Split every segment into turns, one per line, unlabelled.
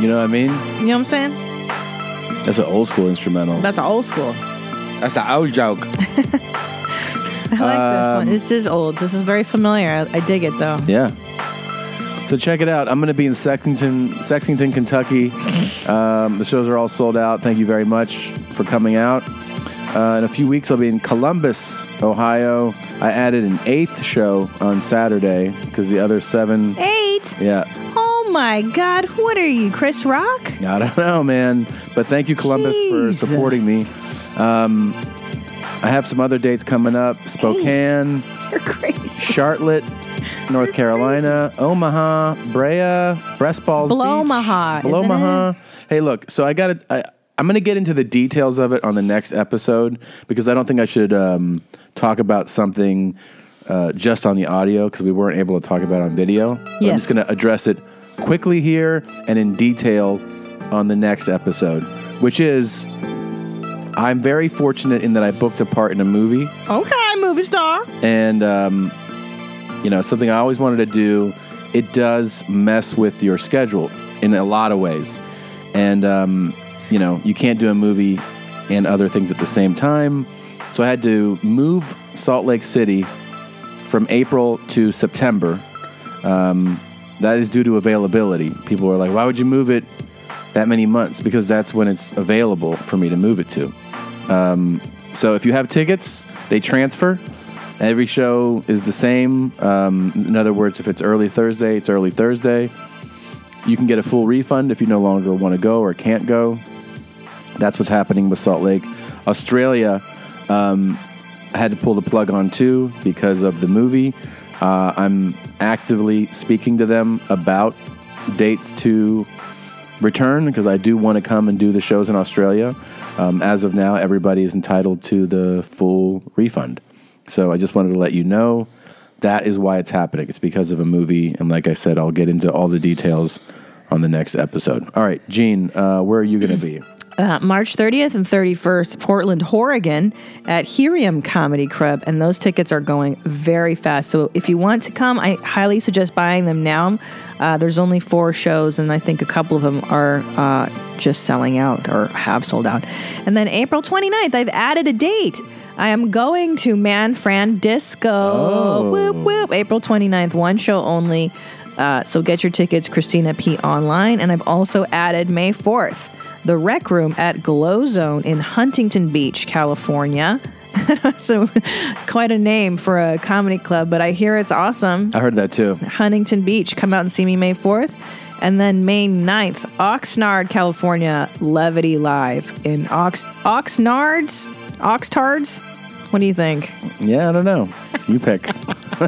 You know what I mean?
You know what I'm saying?
That's an old school instrumental.
That's an old school.
That's an old joke.
I like this one. This is old. This is very familiar. I, I dig it though.
Yeah. So check it out. I'm going to be in Sexington, Sexington, Kentucky. Um, the shows are all sold out. Thank you very much for coming out. Uh, in a few weeks, I'll be in Columbus, Ohio. I added an eighth show on Saturday because the other seven.
Eight.
Yeah,
Oh my God! What are you, Chris Rock?
I don't know, man. But thank you, Columbus, for
Jesus.
supporting me. Um, I have some other dates coming up: Spokane,
You're crazy.
Charlotte, North Carolina, Omaha, Brea, Breast Balls,
Blowmaha,
Beach,
isn't
Blowmaha. Hey, look. So I got to. I'm going to get into the details of it on the next episode because I don't think I should um, talk about something uh, just on the audio because we weren't able to talk about it on video. But I'm
Yes.
just going to address it quickly here and in detail on the next episode, which is I'm very fortunate in that I booked a part in a movie
Okay, movie star.
and um, you know something I always wanted to do. It does mess with your schedule in a lot of ways, and um, you know you can't do a movie and other things at the same time. So I had to move Salt Lake City from April to September. Um, that is due to availability. People are like, "Why would you move it that many months?" Because that's when it's available for me to move it to. Um, so if you have tickets, they transfer. Every show is the same. Um, in other words, if it's early Thursday, it's early Thursday. You can get a full refund if you no longer want to go or can't go. That's what's happening with Salt Lake. Australia, um, I had to pull the plug on too because of the movie. Uh, I'm actively speaking to them about dates to return because I do want to come and do the shows in Australia. Um, as of now, everybody is entitled to the full refund. So I just wanted to let you know that is why it's happening. It's because of a movie. And like I said, I'll get into all the details on the next episode. All right, Gene, uh, where are you going to be?
Uh, March 30th and 31st, Portland, Oregon, at Helium Comedy Club, and those tickets are going very fast. So if you want to come, I highly suggest buying them now. Uh, there's only four shows, and I think a couple of them are uh, just selling out or have sold out. And then April 29th, I've added a date. I am going to Man Fran Disco. Whoop, whoop. April 29th, one show only. Uh, so get your tickets, Christina P. Online. And I've also added May 4th, the Rec Room at Glow Zone in Huntington Beach, California. so quite a name for a comedy club, but I hear it's awesome.
I heard that too.
Huntington Beach. Come out and see me May 4th. And then May 9th, Oxnard, California, Levity Live in Ox Oxnards? Oxtards? What do you think?
Yeah, I don't know. You pick.
Uh,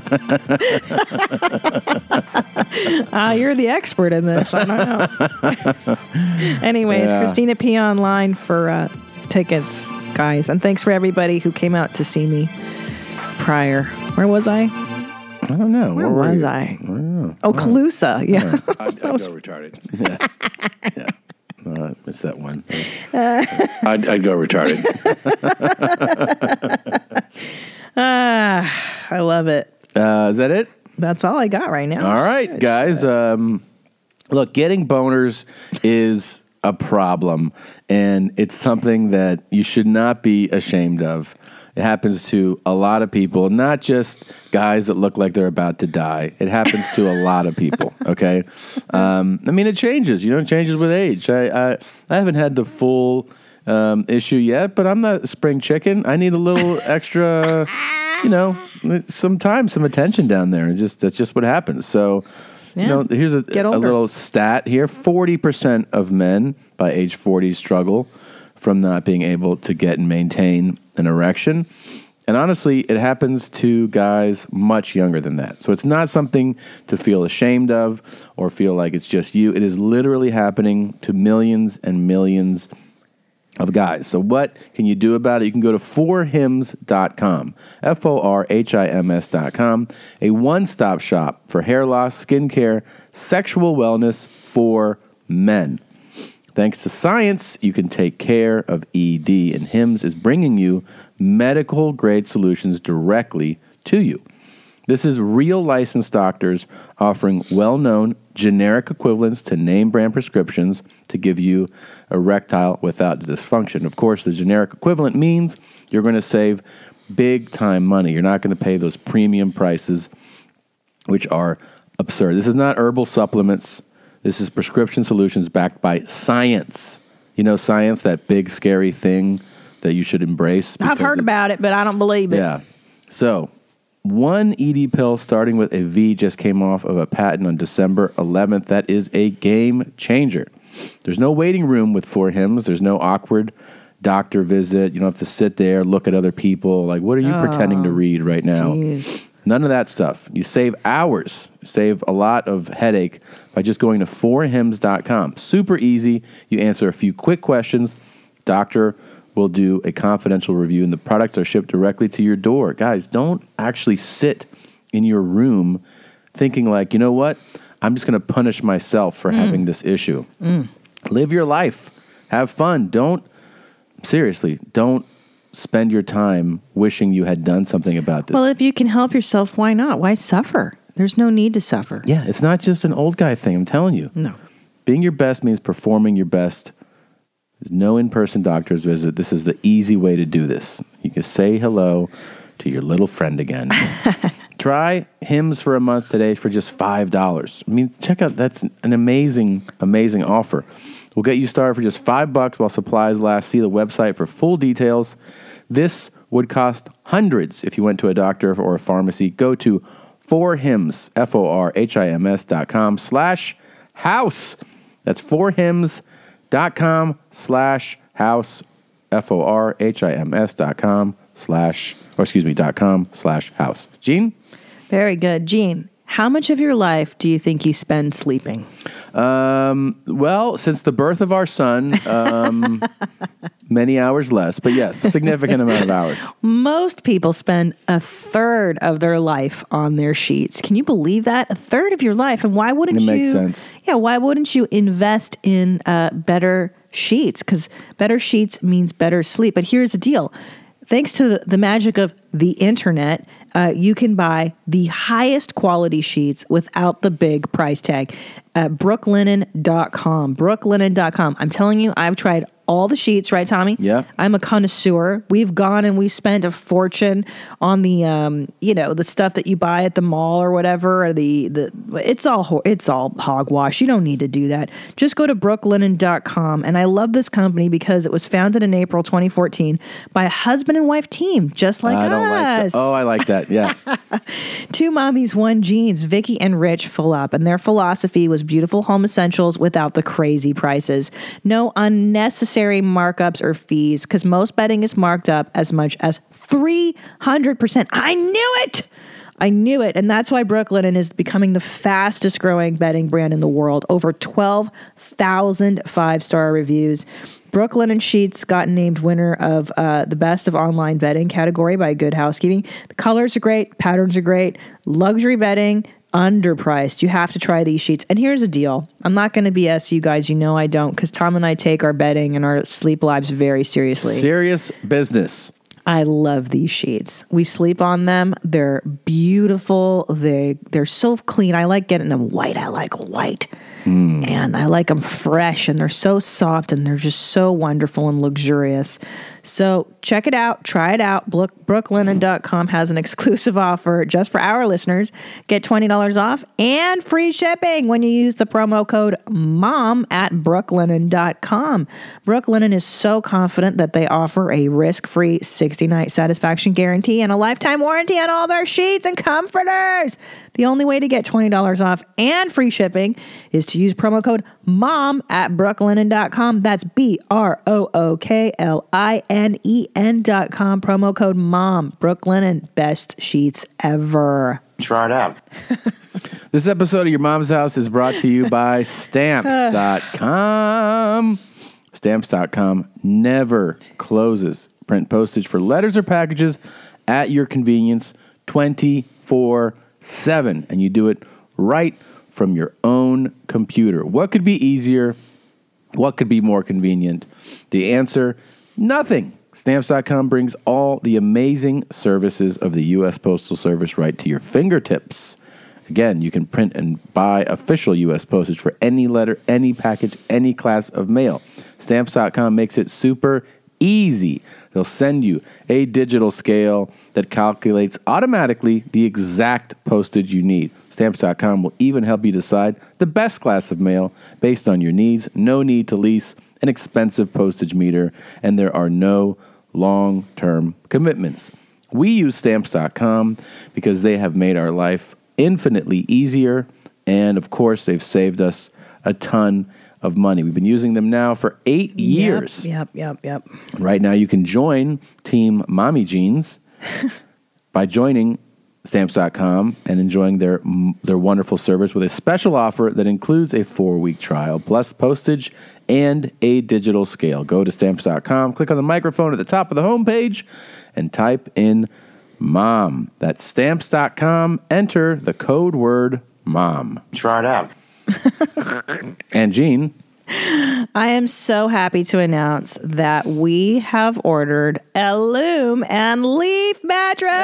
you're the expert in this. I don't know. Anyways,
Yeah.
Christina P. Online for uh, tickets, guys. And thanks for everybody who came out to see me prior. Where was I?
I don't know.
Where
were
was
you?
I? Oh, Calusa. Yeah.
I, I go retarded.
Uh, it's that one.
I'd, I'd go retarded.
ah, I love it.
Uh, is that it?
That's all I got right now.
All right, guys. Um, look, getting boners is a problem, and it's something that you should not be ashamed of. It happens to a lot of people, not just guys that look like they're about to die. It happens to a lot of people. Okay, um, I mean it changes. You know, it changes with age. I I, I haven't had the full um, issue yet, but I'm not a spring chicken. I need a little extra, you know, some time, some attention down there. It's just that's just what happens. So, you
Yeah.
know, here's a,
Get
a
older.
little stat here: forty percent of men by age forty struggle from not being able to get and maintain an erection. And honestly, it happens to guys much younger than that. So it's not something to feel ashamed of or feel like it's just you. It is literally happening to millions and millions of guys. So what can you do about it? You can go to forhims.com, F O R H I M S.com, a one-stop shop for hair loss, skincare, sexual wellness for men. Thanks to science, you can take care of ED, and HIMS is bringing you medical grade solutions directly to you. This is real licensed doctors offering well known generic equivalents to name brand prescriptions to give you erectile without dysfunction. Of course, the generic equivalent means you're going to save big time money. You're not going to pay those premium prices, which are absurd. This is not herbal supplements. This is prescription solutions backed by science. You know, science, that big, scary thing that you should embrace.
I've
because
heard
it's-
about it, but I don't believe it.
yeah. So, one ED pill starting with a V just came off of a patent on December 11th. That is a game changer. There's no waiting room with four hymns. There's no awkward doctor visit. You don't have to sit there, look at other people. Like, what are you
Oh,
pretending to read right now?
jeez.
None of that stuff. You save hours, save a lot of headache by just going to fourhymns.com. Super easy. You answer a few quick questions. Doctor will do a confidential review, and the products are shipped directly to your door. Guys, don't actually sit in your room thinking, like, you know what? I'm just going to punish myself for
Mm.
having this issue.
Mm.
Live your life, have fun. Don't, seriously, don't spend your time wishing you had done something about this.
Well, if you can help yourself, why not? Why suffer? There's no need to suffer.
Yeah, it's not just an old guy thing. I'm telling you.
No.
Being your best means performing your best. There's no in person doctor's visit. This is the easy way to do this. You can say hello to your little friend again. Try hymns for a month today for just $5. I mean, check out that's an amazing, amazing offer. We'll get you started for just five bucks while supplies last. See the website for full details. This would cost hundreds if you went to a doctor or a pharmacy. Go to forhims, F O R H I M S dot com slash house. That's forhims dot com slash house, F O R H I M S dot com slash, or excuse me, dot com slash house. Gene?
Very good. Gene, how much of your life do you think you spend sleeping?
Um, well, since the birth of our son, um, many hours less, but yes, significant amount of hours.
Most people spend a third of their life on their sheets. Can you believe that? A third of your life. And why wouldn't
It
you?
makes sense.
Yeah, why wouldn't you invest in uh, better sheets? Because better sheets means better sleep. But here's the deal thanks to the, the magic of the internet, uh, you can buy the highest quality sheets without the big price tag at brooklinen.com. Brooklinen.com. I'm telling you, I've tried all the sheets, right, Tommy?
Yeah.
I'm a connoisseur. We've gone and we spent a fortune on the, um, you know, the stuff that you buy at the mall or whatever. Or the the it's all ho- it's all hogwash. You don't need to do that. Just go to brooklinen.com. And I love this company because it was founded in April 2014 by a husband and wife team, just like
I don't like
us.
that. Oh, I like that. Yeah.
Two Mommies, One Jeans, Vicky and Rich full up, and their philosophy was beautiful home essentials without the crazy prices. No unnecessary markups or fees, because most bedding is marked up as much as 300%. I knew it! I knew it. And that's why Brooklinen is becoming the fastest growing bedding brand in the world. Over 12,000 five star reviews. Brooklinen Sheets got named winner of uh, the best of online bedding category by Good Housekeeping. The colors are great, patterns are great, luxury bedding, underpriced. You have to try these sheets. And here's the deal I'm not going to BS you guys. You know I don't, because Tom and I take our bedding and our sleep lives very seriously.
Serious business.
I love these sheets. We sleep on them. They're beautiful. They they're so clean. I like getting them white. I like white. And I like them fresh and they're so soft and they're just so wonderful and luxurious. So check it out. Try it out. Brook- Brooklinen.com has an exclusive offer just for our listeners. Get $20 off and free shipping when you use the promo code MOM at brooklinen.com. Brooklinen is so confident that they offer a risk free 60 night satisfaction guarantee and a lifetime warranty on all their sheets and comforters. The only way to get $20 off and free shipping is to use promo code MOM at brooklinen.com. That's B R O O K L I N E N.com. Promo code MOM. Brooklinen, best sheets ever.
Try it out. this episode of Your Mom's House is brought to you by stamps.com. Stamps.com never closes. Print postage for letters or packages at your convenience 24 7. And you do it right from your own computer. What could be easier? What could be more convenient? The answer nothing. Stamps.com brings all the amazing services of the U.S. Postal Service right to your fingertips. Again, you can print and buy official U.S. postage for any letter, any package, any class of mail. Stamps.com makes it super easy. They'll send you a digital scale that calculates automatically the exact postage you need. Stamps.com will even help you decide the best class of mail based on your needs. No need to lease an expensive postage meter, and there are no long term commitments. We use stamps.com because they have made our life infinitely easier, and of course, they've saved us a ton of money. We've been using them now for eight years.
Yep, yep, yep.
Right now, you can join Team Mommy Jeans by joining stamps.com and enjoying their their wonderful service with a special offer that includes a 4-week trial plus postage and a digital scale. Go to stamps.com, click on the microphone at the top of the homepage and type in mom. That's stamps.com, enter the code word mom.
Try it out.
And Gene,
I am so happy to announce that we have ordered a loom and leaf mattress.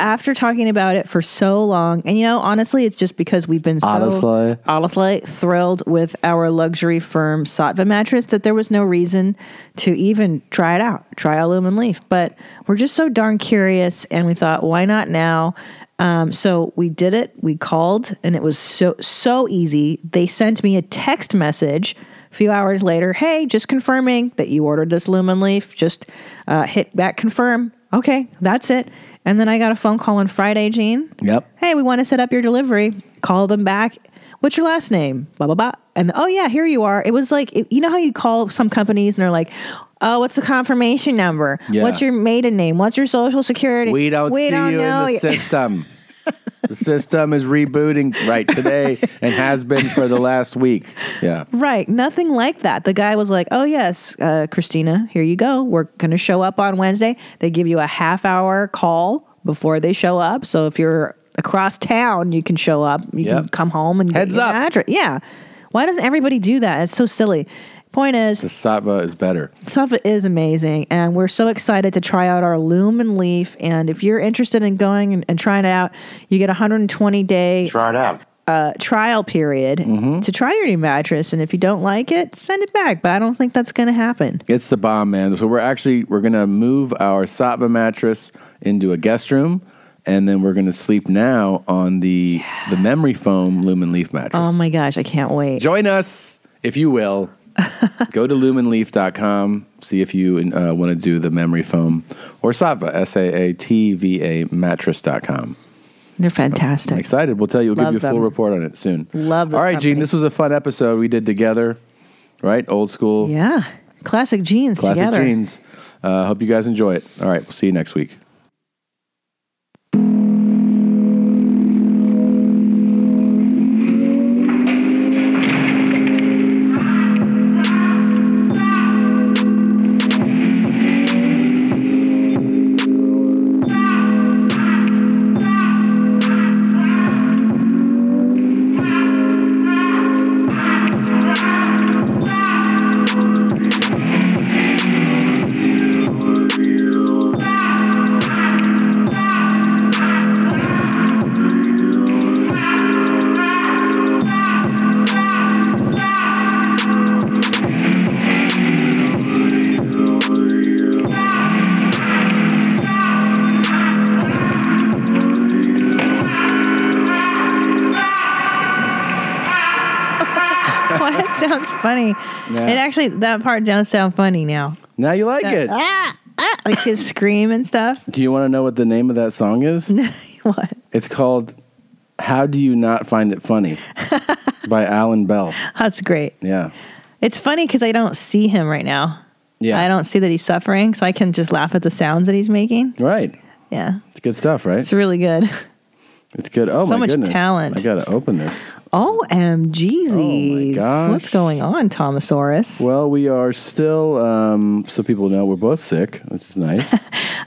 After talking about it for so long, and you know, honestly, it's just because we've been so
Honestly.
honestly thrilled with our luxury firm Satva mattress that there was no reason to even try it out, try a loom and leaf. But we're just so darn curious, and we thought, why not now? Um, so we did it. We called, and it was so so easy. They sent me a text message a few hours later. Hey, just confirming that you ordered this lumen leaf. Just uh, hit back confirm. Okay, that's it. And then I got a phone call on Friday, Gene.
Yep.
Hey, we want to set up your delivery. Call them back. What's your last name? Blah blah blah. And oh yeah, here you are. It was like it- you know how you call some companies and they're like. Oh, what's the confirmation number?
Yeah.
What's your maiden name? What's your social security?
we don't see you in
know
the
yet."
system. the system is rebooting right today and has been for the last week. Yeah.
Right. Nothing like that. The guy was like, oh, yes, uh, Christina, here you go. We're going to show up on Wednesday. They give you a half hour call before they show up. So if you're across town, you can show up. You can
Yep.
come home and get
Heads
your
up.
address. Yeah. Why doesn't everybody do that? It's so silly. Point is,
The Satva is better.
stuff is amazing and we're so excited to try out our loom and leaf and if you're interested in going and, and trying it out you get a 120 day
Try it out.
uh, trial period
Mm-hmm.
to try your new mattress, and if you don't like it, send it back. But I don't think that's going to happen.
It's the bomb, man. So we're actually we're gonna move our Satva mattress into a guest room, and then we're gonna sleep now on the the memory foam lumen leaf mattress.
Oh my gosh, I can't wait.
Join us if you will. Go to lumenleaf.com. See if you uh, want to do the memory foam or Satva S A A T V A mattress.com.
They're
I'm
fantastic.
excited. We'll tell you. We'll
Love
give you a full
them.
report on it soon.
Love this
All right, Gene.
company.
This was a fun episode we did together. Right, old school,
Yeah, classic jeans
classic
together.
jeans. Uh, hope you guys enjoy it. All right, we'll see you next week.
Well, that sounds funny.
Yeah.
It actually that part does sound funny now.
Now you like it.
Ah, ah, like his scream and stuff.
Do you want to know what the name of that song is?
What?
it's called "How Do You Not Find It Funny" by Alan Bell.
That's great.
Yeah,
It's funny because I don't see him right now.
yeah.
I don't see that he's suffering, so I can just laugh at the sounds that he's making.
Right.
Yeah,
It's good stuff, right?
it's really good.
It's good. Oh
so
my
much
goodness!
talent.
I gotta open this.
OMGs.
Oh gosh.
What's going on, Thomasaurus?
Well, we are still, um, so people know we're both sick, which is nice.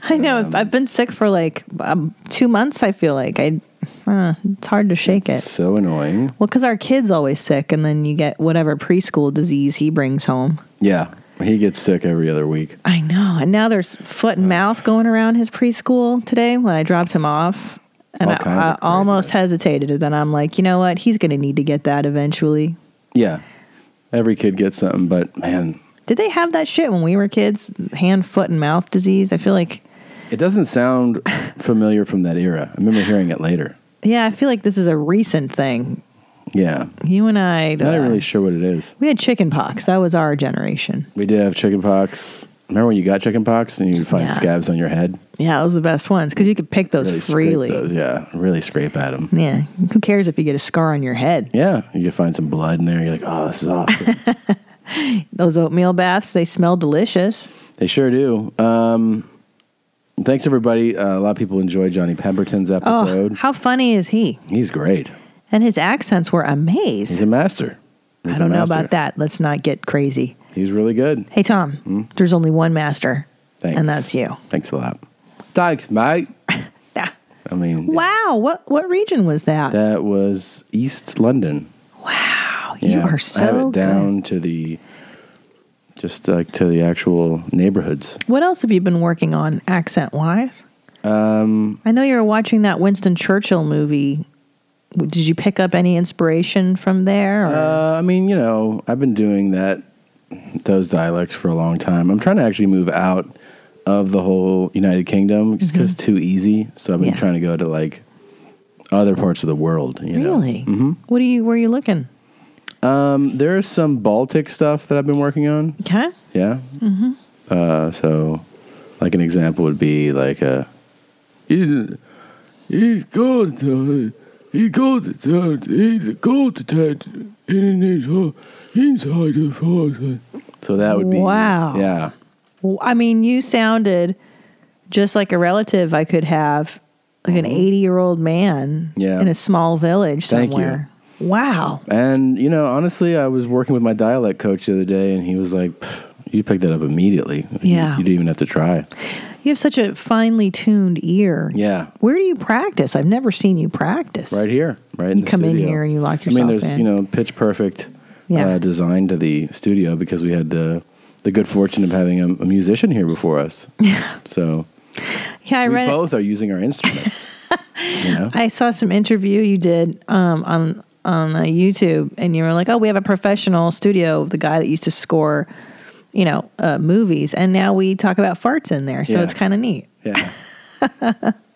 I know. I've, I've been sick for like um, two months, I feel like. I, uh, it's hard to shake it.
so annoying.
Well, because our kid's always sick, and then you get whatever preschool disease he brings home.
Yeah. He gets sick every other week.
I know. And now there's foot and mouth going around his preschool today when I dropped him off. And
All
I,
kinds of
I almost hesitated. And then I'm like, you know what? He's going to need to get that eventually.
Yeah. Every kid gets something, but man,
Did they have that shit when we were kids? Hand, foot, and mouth disease? I feel like,
it doesn't sound familiar from that era. I remember hearing it later.
yeah, I feel like this is a recent thing.
Yeah.
You and I,
Not
uh,
really sure what it is.
we had chicken pox. That was our generation.
We did have chicken pox. Remember when you got chicken pox and you'd find
Yeah.
scabs on your head?
Yeah, those are the best ones because you could pick those
scrape
freely.
those, yeah. Really scrape at them.
Yeah, who cares if you get a scar on your head?
Yeah. You could find some blood in there. You're like, oh, this is awful.
Those oatmeal baths, they smell delicious.
they sure do. Um, thanks, everybody. Uh, a lot of people enjoy Johnny Pemberton's
Oh,
episode.
how funny is he?
He's great.
And his accents were amazed.
He's a master. He's
I
a
don't know
master.
about that. Let's not get crazy.
He's really good.
Hey, Tom,
Hmm?
there's only one master,
Thanks.
and that's you.
Thanks a lot. Thanks, mate.
Ah.
I mean,
Wow, what what region was that?
that was East London.
wow, Oh, you
Yeah.
are
I have
so
it down to the just like to the actual neighborhoods.
good. What else have you been working on accent wise? Um, I know you were watching that Winston Churchill movie. W- Did you pick up any inspiration from there? or-
Uh, I mean, you know, I've been doing that those dialects for a long time. I'm trying to actually move out of the whole United Kingdom just because it's too easy. So I've been
Mm-hmm. Yeah.
trying to go to like other parts of the world. You know? mm-hmm.
really? What do you? Where are you looking?
Um, there's some Baltic stuff that I've been working on.
Okay.
Yeah. Mm-hmm. Uh, so, like an example would be like a. He's, he's going to. He goes to church. He goes to church in his ho- inside the forest. So that would be
Wow.
Yeah,
Well, I mean, you sounded just like a relative I could have, like an 80 year old man
Mm-hmm. Yeah.
in a small village
Thank you.
somewhere. Wow.
and you know, honestly, I was working with my dialect coach the other day, and he was like, "Pff, "You picked that up immediately. You-
Yeah.
you, didn't even have to try."
You have such a finely tuned ear.
Yeah,
Where do you practice? I've never seen you practice.
right here, right. in
You
the
come in
studio.
here and you lock
I
yourself
mean, there's
in.
you know pitch perfect
Yeah.
uh, design to the studio because we had the the good fortune of having a, a musician here before us. Yeah. So
yeah, I
we
read.
both are using our instruments. you know,
I saw some interview you did um, on on uh, YouTube, and you were like, "Oh, we have a professional studio. The guy that used to score, you know, uh, movies, and now we talk about farts in there. So
Yeah.
it's kind of neat.
yeah.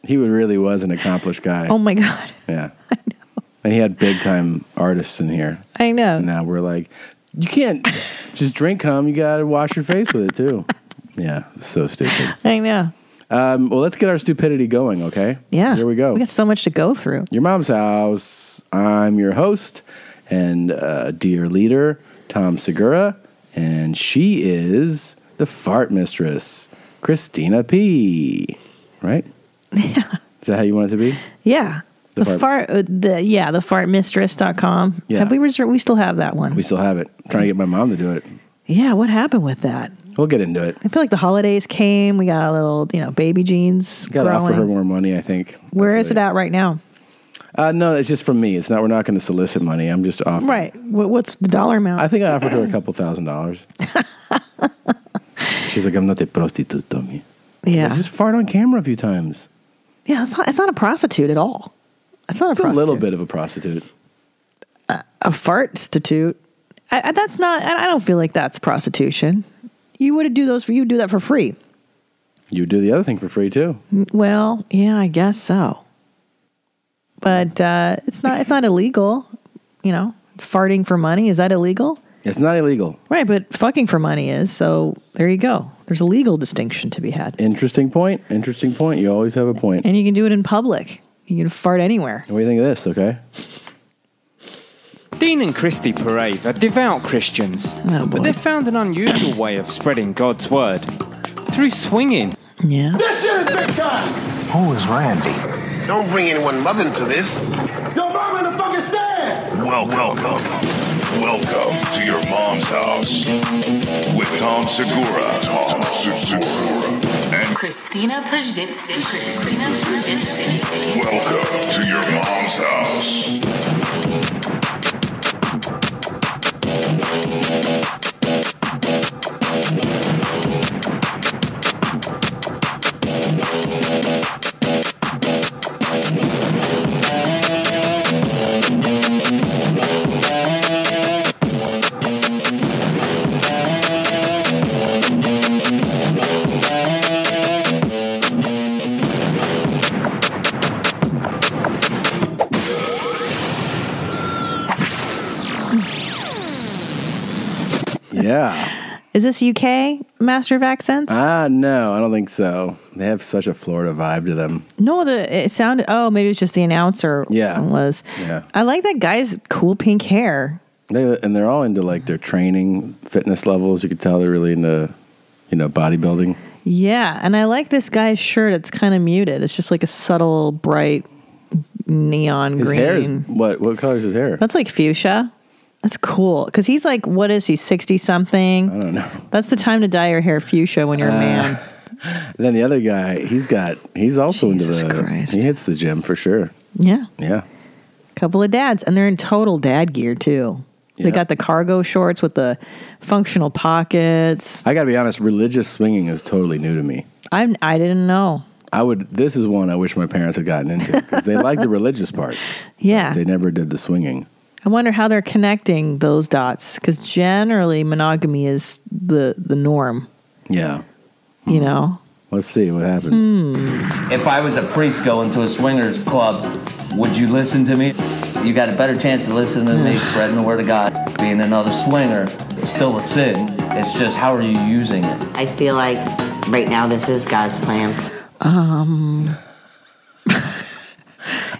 he wa- really was an accomplished guy.
Oh my god,
yeah. I know. And he had big time artists in here.
I know.
And now we're like, you can't just drink cum. You got to wash your face with it too. Yeah, so stupid.
I know.
Um, well, let's get our stupidity going, okay?
Yeah.
Here we go.
We got so much to go through.
Your Mom's House. I'm your host and uh, dear leader, Tom Segura, and she is the fart mistress, Christina P. Right? Yeah. Is that how you want it to be?
Yeah.
The
The,
fart-
fart, uh the yeah, the fartmistress.com.
Yeah.
Have we reserved? We still have that one.
We still have it. I'm trying to get my mom to do it.
yeah. What happened with that?
We'll get into it.
I feel like the holidays came. We got a little, you know, baby jeans
Got to
growing.
offer her more money, I think.
Where
That's
is it
really-
at right now?
Uh, no, it's just from me. It's not. We're not going to solicit money. I'm just offering.
Right. What, what's the dollar amount?
I think I offered her a couple thousand dollars. She's like, I'm not a prostitute, dummy.
yeah.
Just fart on camera a few times.
yeah. It's not, it's not a prostitute at all. It's not a
It's a
prostitute.
little bit of a prostitute.
A fartstitute. I, I, that's not, I, I don't feel like that's prostitution. You would do those for, you would do that for free.
You do the other thing for free too.
Well, yeah, I guess so. But uh, it's not it's not illegal, you know. Farting for money is that illegal?
It's not illegal.
Right, but fucking for money is. So there you go. There's a legal distinction to be had.
Interesting point. Interesting point. You always have a point.
And you can do it in public. You can fart anywhere.
What do you think of this? Okay.
Dean and Christy Parade are devout Christians,
Oh, boy.
but they've found an unusual way of spreading God's word through swinging.
Yeah.
This shit is big time.
Who is Randy?
Don't bring anyone love into this.
Yo, mom in the fucking stand.
Welcome. Welcome to your mom's house with Tom Segura. Tom Segura. And
Christina Pajitsky. Christina Pajitsky.
welcome to your mom's house.
Yeah.
Is this UK master of accents?
Ah, no, I don't think so. They have such a Florida vibe to them.
no, the it sounded. Oh, maybe it's just the announcer.
Yeah.
was.
Yeah.
I like that guy's cool pink hair.
They, and they're all into like their training, fitness levels. You could tell they're really into, you know, bodybuilding.
Yeah, and I like this guy's shirt. It's kind of muted. It's just like a subtle bright neon
His
green.
hair is what? What color is his hair?
That's like fuchsia. That's cool because he's like, what is he, sixty something?
I don't know. Uh.
That's the time to dye your hair fuchsia when you're a man.
And then the other guy, he's got, he's also
Jesus
into the,
Christ.
he hits the gym for sure.
Yeah,
Yeah.
couple of dads, and they're in total dad gear too. They
Yeah.
got the cargo shorts with the functional pockets.
I got to be honest, religious swinging is totally new to me.
I I didn't know.
I would, this is one I wish my parents had gotten into because they like the religious part.
Yeah,
They never did the swinging.
I wonder how they're connecting those dots because generally monogamy is the the norm.
Yeah. Mm-hmm.
You know,
Let's see what happens.
Hmm.
If I was a priest going to a swingers club, would you listen to me? You got a better chance of listening to me spreading the word of God. Being another swinger is still a sin. It's just how are you using it?
I feel like right now this is God's plan.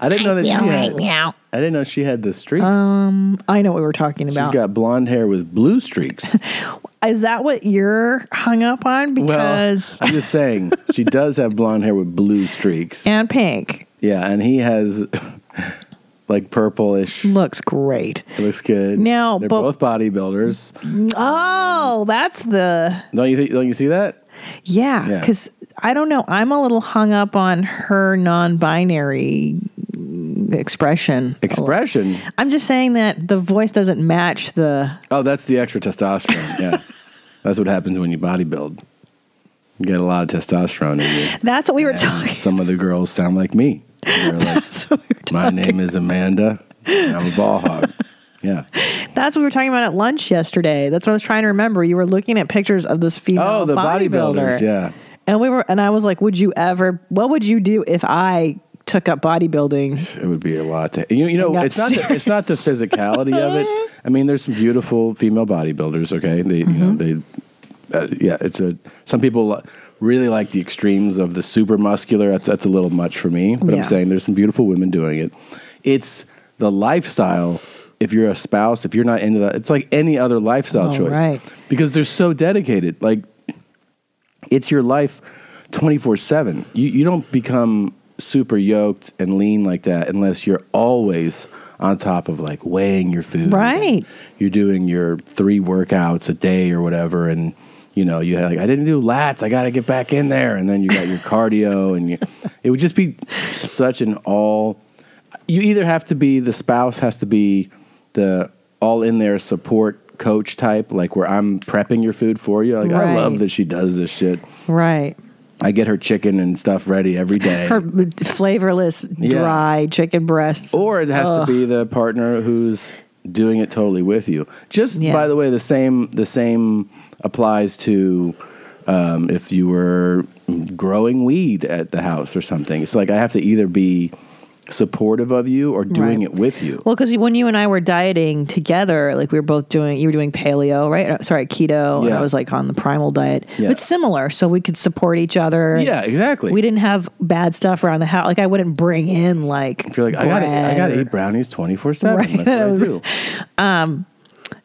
I didn't know that she had, I didn't know she had the streaks.
Oh, I know what we were talking
She's
about.
got blonde hair with blue streaks.
is that what you're hung up on? Because
I'm just saying, she does have blonde hair with blue streaks.
and pink
Yeah, and he has like purplish. It
looks great.
looks good.
Now,
they're
but-
both bodybuilders.
Oh, that's the
Don't you think? Don't you see that?
yeah.
Yeah.
Because I don't know. I'm a little hung up on her non-binary expression.
Expression.
I'm just saying that the voice doesn't match the.
Oh, that's the extra testosterone. Yeah, that's what happens when you bodybuild. You get a lot of testosterone in you.
That's what we were talking.
Some of the girls sound like me. They're like,
That's what we were
My name is Amanda. And I'm a ball hog. Yeah.
That's what we were talking about at lunch yesterday. That's what I was trying to remember. You were looking at pictures of this female
Oh, the
bodybuilder.
bodybuilders. Yeah.
And we were and I was like, "Would you ever what would you do if I took up bodybuilding?"
It would be a lot to you. You know,
got
it's not the, it's not the physicality of it. I mean, there's some beautiful female bodybuilders. Okay, they
Mm-hmm.
you know they uh, yeah. It's a some people li- really like the extremes of the super muscular. That's that's a little much for me. But
Yeah.
I'm saying there's some beautiful women doing it. It's the lifestyle. If you're a spouse, if you're not into that, it's like any other lifestyle
Oh,
choice.
right.
Because they're so dedicated. Like it's your life 24-7 you, you don't become super yoked and lean like that unless you're always on top of like weighing your food
Right.
you're doing your three workouts a day or whatever and you know you had like i didn't do lats i gotta get back in there and then you got your cardio and you it would just be such an all you either have to be the spouse has to be the all in there support coach type like where i'm prepping your food for you like i
Right.
love that she does this shit
Right.
i get her chicken and stuff ready every day
Her flavorless
Yeah.
dry chicken breasts.
or it has
Ugh.
to be the partner who's doing it totally with you. Just
Yeah.
by the way, the same the same applies to um, if you were growing weed at the house or something. It's like I have to either be supportive of you or doing
Right.
it with you.
Well, because when you and I were dieting together, like we were both doing, you were doing paleo, right? Uh, Sorry, keto, and I
Yeah.
was like on the primal diet.
Yeah.
It's similar, so we could support each other.
yeah, exactly.
We didn't have bad stuff around the house. Like I wouldn't bring in like.
If you're like, I gotta, I
bread
gotta
or-
eat brownies twenty four seven.
Right.
That's what I do.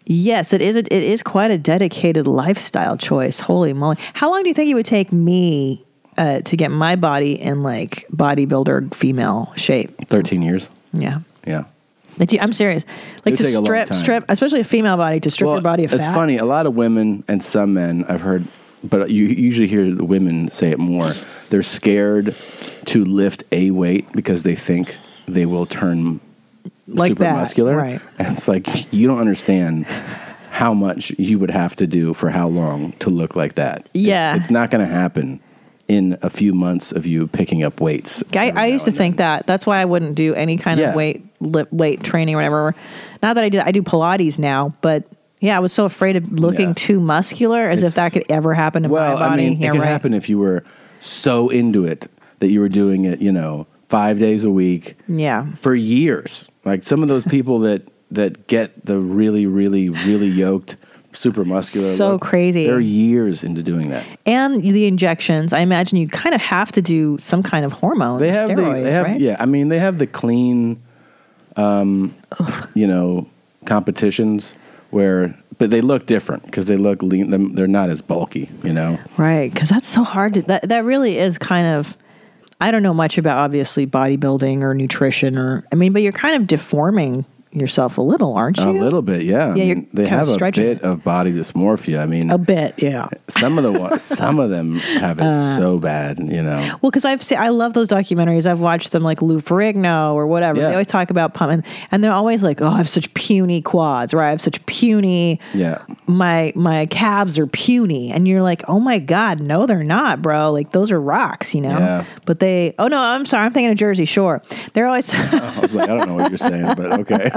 Yes, it is. A, it is quite a dedicated lifestyle choice. Holy moly! How long do you think it would take me uh, to get my body in like bodybuilder female shape?
Thirteen years.
Yeah,
Yeah.
Like, do you- I'm serious. Like
It would
to
take a long
strip,
time.
strip, especially a female body to strip your body of fat.
It's funny. A lot of women and some men I've heard, but you usually hear the women say it more. They're scared to lift a weight because they think they will turn
like
super
that,
muscular.
right?
And it's like you don't understand how much you would have to do for how long to look like that. It's-
Yeah.
it's, not going to happen in a few months of you picking up weights.
I,
every
I
now
used to
and then.
think that. That's why I wouldn't do any kind of
Yeah.
weight lip, weight training or whatever. Not that I do. I do Pilates now, but yeah, I was so afraid of looking
Yeah.
too muscular, as if
It's-
that could ever happen to
Well,
my body.
I mean,
Yeah,
it could
right.
happen if you were so into it that you were doing it, you know, five days a week
Yeah,
for years. Like some of those people that that get the really, really, really yoked super muscular.
So
look.
crazy.
They're years into doing that.
and the injections. I imagine you kind of have to do some kind of hormone.
They have
steroids,
the, they have
right?
yeah. I mean, they have the clean, um, you know, competitions where, but they look different because they look lean. them- They're not as bulky, you know.
Right, because that's so hard to that. That really is kind of. I don't know much about obviously bodybuilding or nutrition or I mean, but you're kind of deforming yourself a little, aren't you?
A little bit, yeah. I
Yeah, you're
mean, they
kinda
have a
stretching Oh.
bit of body dysmorphia. I mean,
A bit, yeah.
some of the ones, some of them have it
Uh,
so bad, you know.
Well, because I've seen, I love those documentaries. I've watched them like Lou Ferrigno or whatever.
Yeah.
They always talk about pump, and, and they're always like, "Oh, I have such puny quads," or "I have such puny
Yeah.
my my calves are puny," and you're like, "Oh my god, no, they're not, bro! Like those are rocks, you know."
Yeah.
But they, oh no, I'm sorry, I'm thinking of Jersey Shore. They're always.
I was like, I don't know what you're saying, but okay.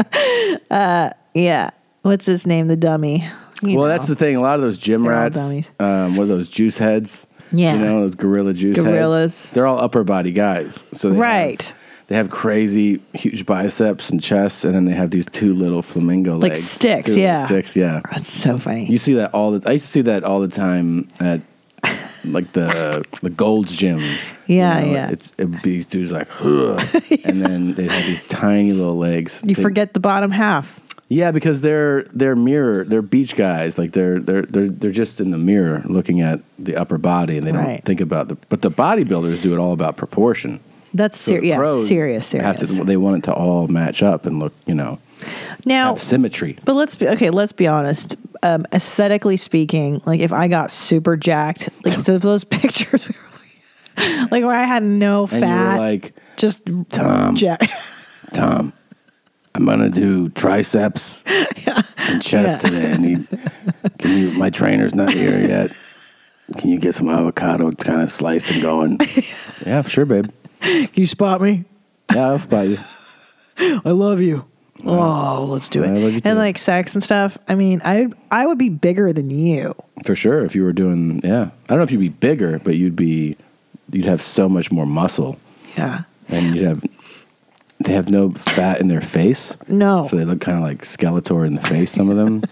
Uh, yeah. What's his name? The dummy. You
well,
know.
that's the thing. A lot of those gym
They're all
rats,
dummies.
um, what are those juice heads?
Yeah.
you know those gorilla juice
Gorillas.
heads. They're all upper body guys, so they
Right.
Have, they have crazy huge biceps and chests, and then they have these two little flamingo
Like
legs,
sticks,
two little
yeah.
sticks, yeah.
That's so funny.
You see that all the. I used to see that all the time at like the the Gold's Gym. You
Yeah,
know,
yeah.
It's it, these dudes like, "Huh," and then they have these tiny little legs.
you
They-
forget the bottom half.
yeah, because they're they're mirror, they're beach guys. Like they're they're they're they're just in the mirror looking at the upper body, and they
Right.
don't think about the. But the bodybuilders do it all about proportion.
That's
So the
ser- yeah,
pros
serious,
have
serious.
to- they want it to all match up and look, you know,
now,
have symmetry.
but let's be okay. Let's be honest. Um, aesthetically speaking, like if I got super jacked, like so those pictures, like where I had no
And you were
fat,
like,
just
Tom.
jack-
Tom, I'm gonna do triceps and chest
Yeah.
today. I need. Can you? My trainer's not here yet. Can you get some avocado kind of sliced and going? yeah, sure, babe.
you spot me.
Yeah, I'll spot you.
I love you. Oh, let's do it.
too.
And like sex and stuff. I mean, I I would be bigger than you.
For sure, if you were doing, yeah, I don't know if you'd be bigger, but you'd be, you'd have so much more muscle,
Yeah.
and you'd have, they have no fat in their face,
No.
so they look kind of like Skeletor in the face. Some of them,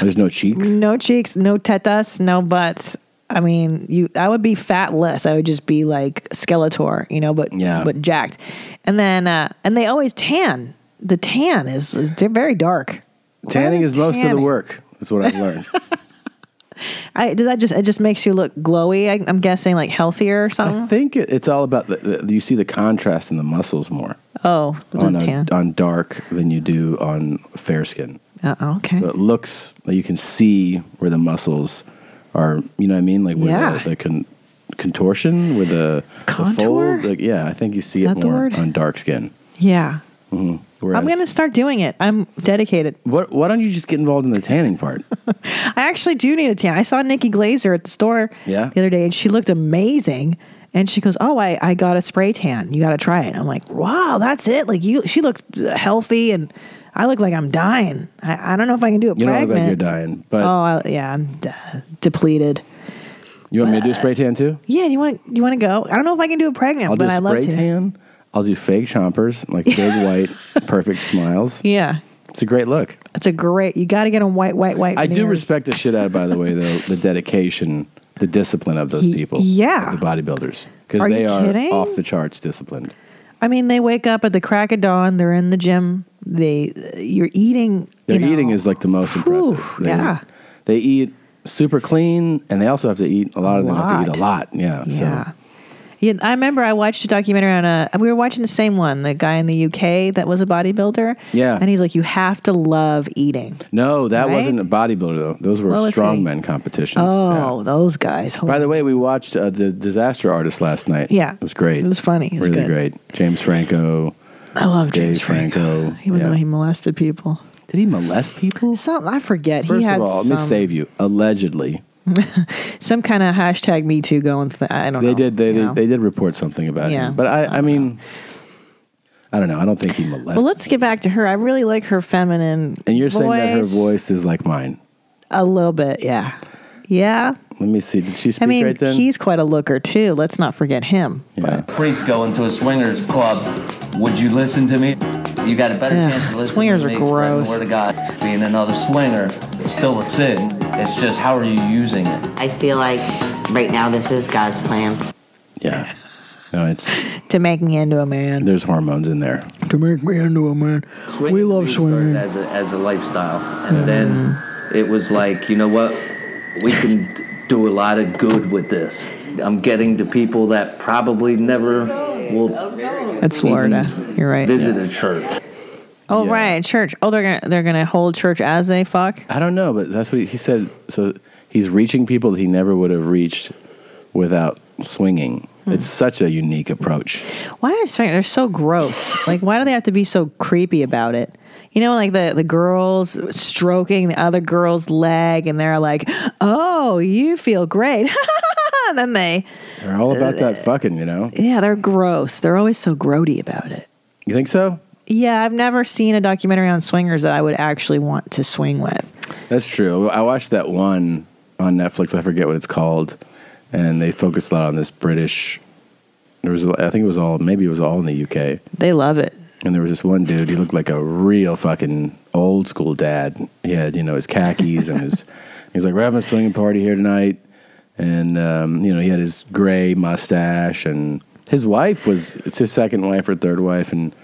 there's no cheeks.
No cheeks, no tetas, no butts. I mean, you. I would be fatless. I would just be like Skeletor, you know, but
Yeah.
but jacked. And then uh, and they always tan. The tan is, is they're very dark.
Tanning is most of the
tanning?
work. Is what I've learned.
I does that just it just makes you look glowy. I, I'm guessing like healthier or something.
I think it, it's all about the, the you see the contrast in the muscles more
oh, the
on a,
tan.
on dark than you do on fair skin.
Uh, okay.
So it looks like you can see where the muscles are. You know what I mean? Like where
Yeah.
the, the con, contortion, where the
Contour?
the fold. Like, yeah, I think you see
Is
it
that the
more
word?
on dark skin.
yeah.
hmm
I'm gonna start doing it. I'm dedicated.
What, why don't you just get involved in the tanning part?
I actually do need a tan. I saw Nikki Glazer at the store
Yeah.
the other day and she looked amazing. And she goes, Oh, I, I got a spray tan. You got to try it. I'm like, Wow, that's it. Like, you, she looked healthy and I look like I'm dying. I, I don't know if I can do it
You don't look
pregnant.
like you're dying, but
oh, I, yeah, I'm d- depleted.
you want me to do spray tan too?
Yeah, you want to you want to go? I don't know if I can do it pregnant,
I'll do
but I love
spray
to.
tan. I'll do fake chompers, like big white, perfect smiles.
Yeah,
It's a great look.
it's a great. You got to get on white, white, white.
I do
mirrors.
respect the shit out of, by the way, though the dedication, the discipline of those
Y-
people.
yeah.
of the bodybuilders because
Are
they
you
are
kidding?
off the charts disciplined.
I mean, they wake up at the crack of dawn. They're in the gym. They you're eating.
Their
you know,
eating is like the most impressive.
Whew, yeah.
they eat super clean, and they also have to eat a lot of them have to eat a lot. Yeah,
Yeah.
So,
Yeah, I remember I watched a documentary on a. We were watching the same one, the guy in the UK that was a bodybuilder.
Yeah.
and he's like, you have to love eating.
no, that
Right?
wasn't a bodybuilder though. Those were
What was he?
strongmen competitions.
Oh, those guys.
By the way, we watched uh, the Disaster Artist last night.
Yeah.
it was great.
It was funny. It was
really
good.
great. James Franco.
I love
Dave
James
Franco.
Even
yeah.
though he molested people.
Did he molest people?
Some I forget.
First
he had
of all,
some,
let me save you. Allegedly,
some kind of hashtag Me Too going. Th- I don't
they
know.
did. They
you
they,
know.
they did report something about
Oh. Yeah.
him. But I, I, mean, I don't know. I don't think he molested.
Well, let's get back to her. I really like her feminine.
and you're saying that her
voice.
voice is like mine.
A little bit, yeah, yeah.
Let me see. Did she speak
I mean,
right then?
he's quite a looker too. Let's not forget him.
yeah.
priest going to a swingers club Would you listen to me? You got a better
Ugh,
chance of listening
swingers
to
are
me spreading the
gross.
Word of God, being another swinger, it's still a sin. It's just how are you using it?
I feel like right now this is God's plan.
Yeah. No, it's
to make me into a man.
there's hormones in there.
To make me into a man.
Swinging
we love
to me started
swinging. Mm.
as a, as a lifestyle, and then it was like you know what, we can do a lot of good with this. I'm getting to people that probably never will
That's Florida. You're right.
visit a church.
Oh
Yeah.
right, church. Oh, they're gonna they're gonna hold church as they fuck.
I don't know, but that's what he, he said. So he's reaching people that he never would have reached without swinging. It's
Hmm.
such a unique approach.
Why are swing? They're so gross. like, why do they have to be so creepy about it? You know, like the the girls stroking the other girl's leg, and they're like, "Oh, you feel great." and then they,
They're all about that fucking, you know?
yeah, they're gross. They're always so grody about it.
You think so?
Yeah, I've never seen a documentary on swingers that I would actually want to swing with.
That's true. I watched that one on Netflix. I forget what it's called, and they focused a lot on this British. There was, I think it was all, maybe it was all in the UK,
They love it.
and there was this one dude. He looked like a real fucking old school dad. He had, you know, his khakis and his. He's like, we're having a swinging party here tonight, and um, you know, he had his gray mustache, and his wife was it's his second wife or third wife, and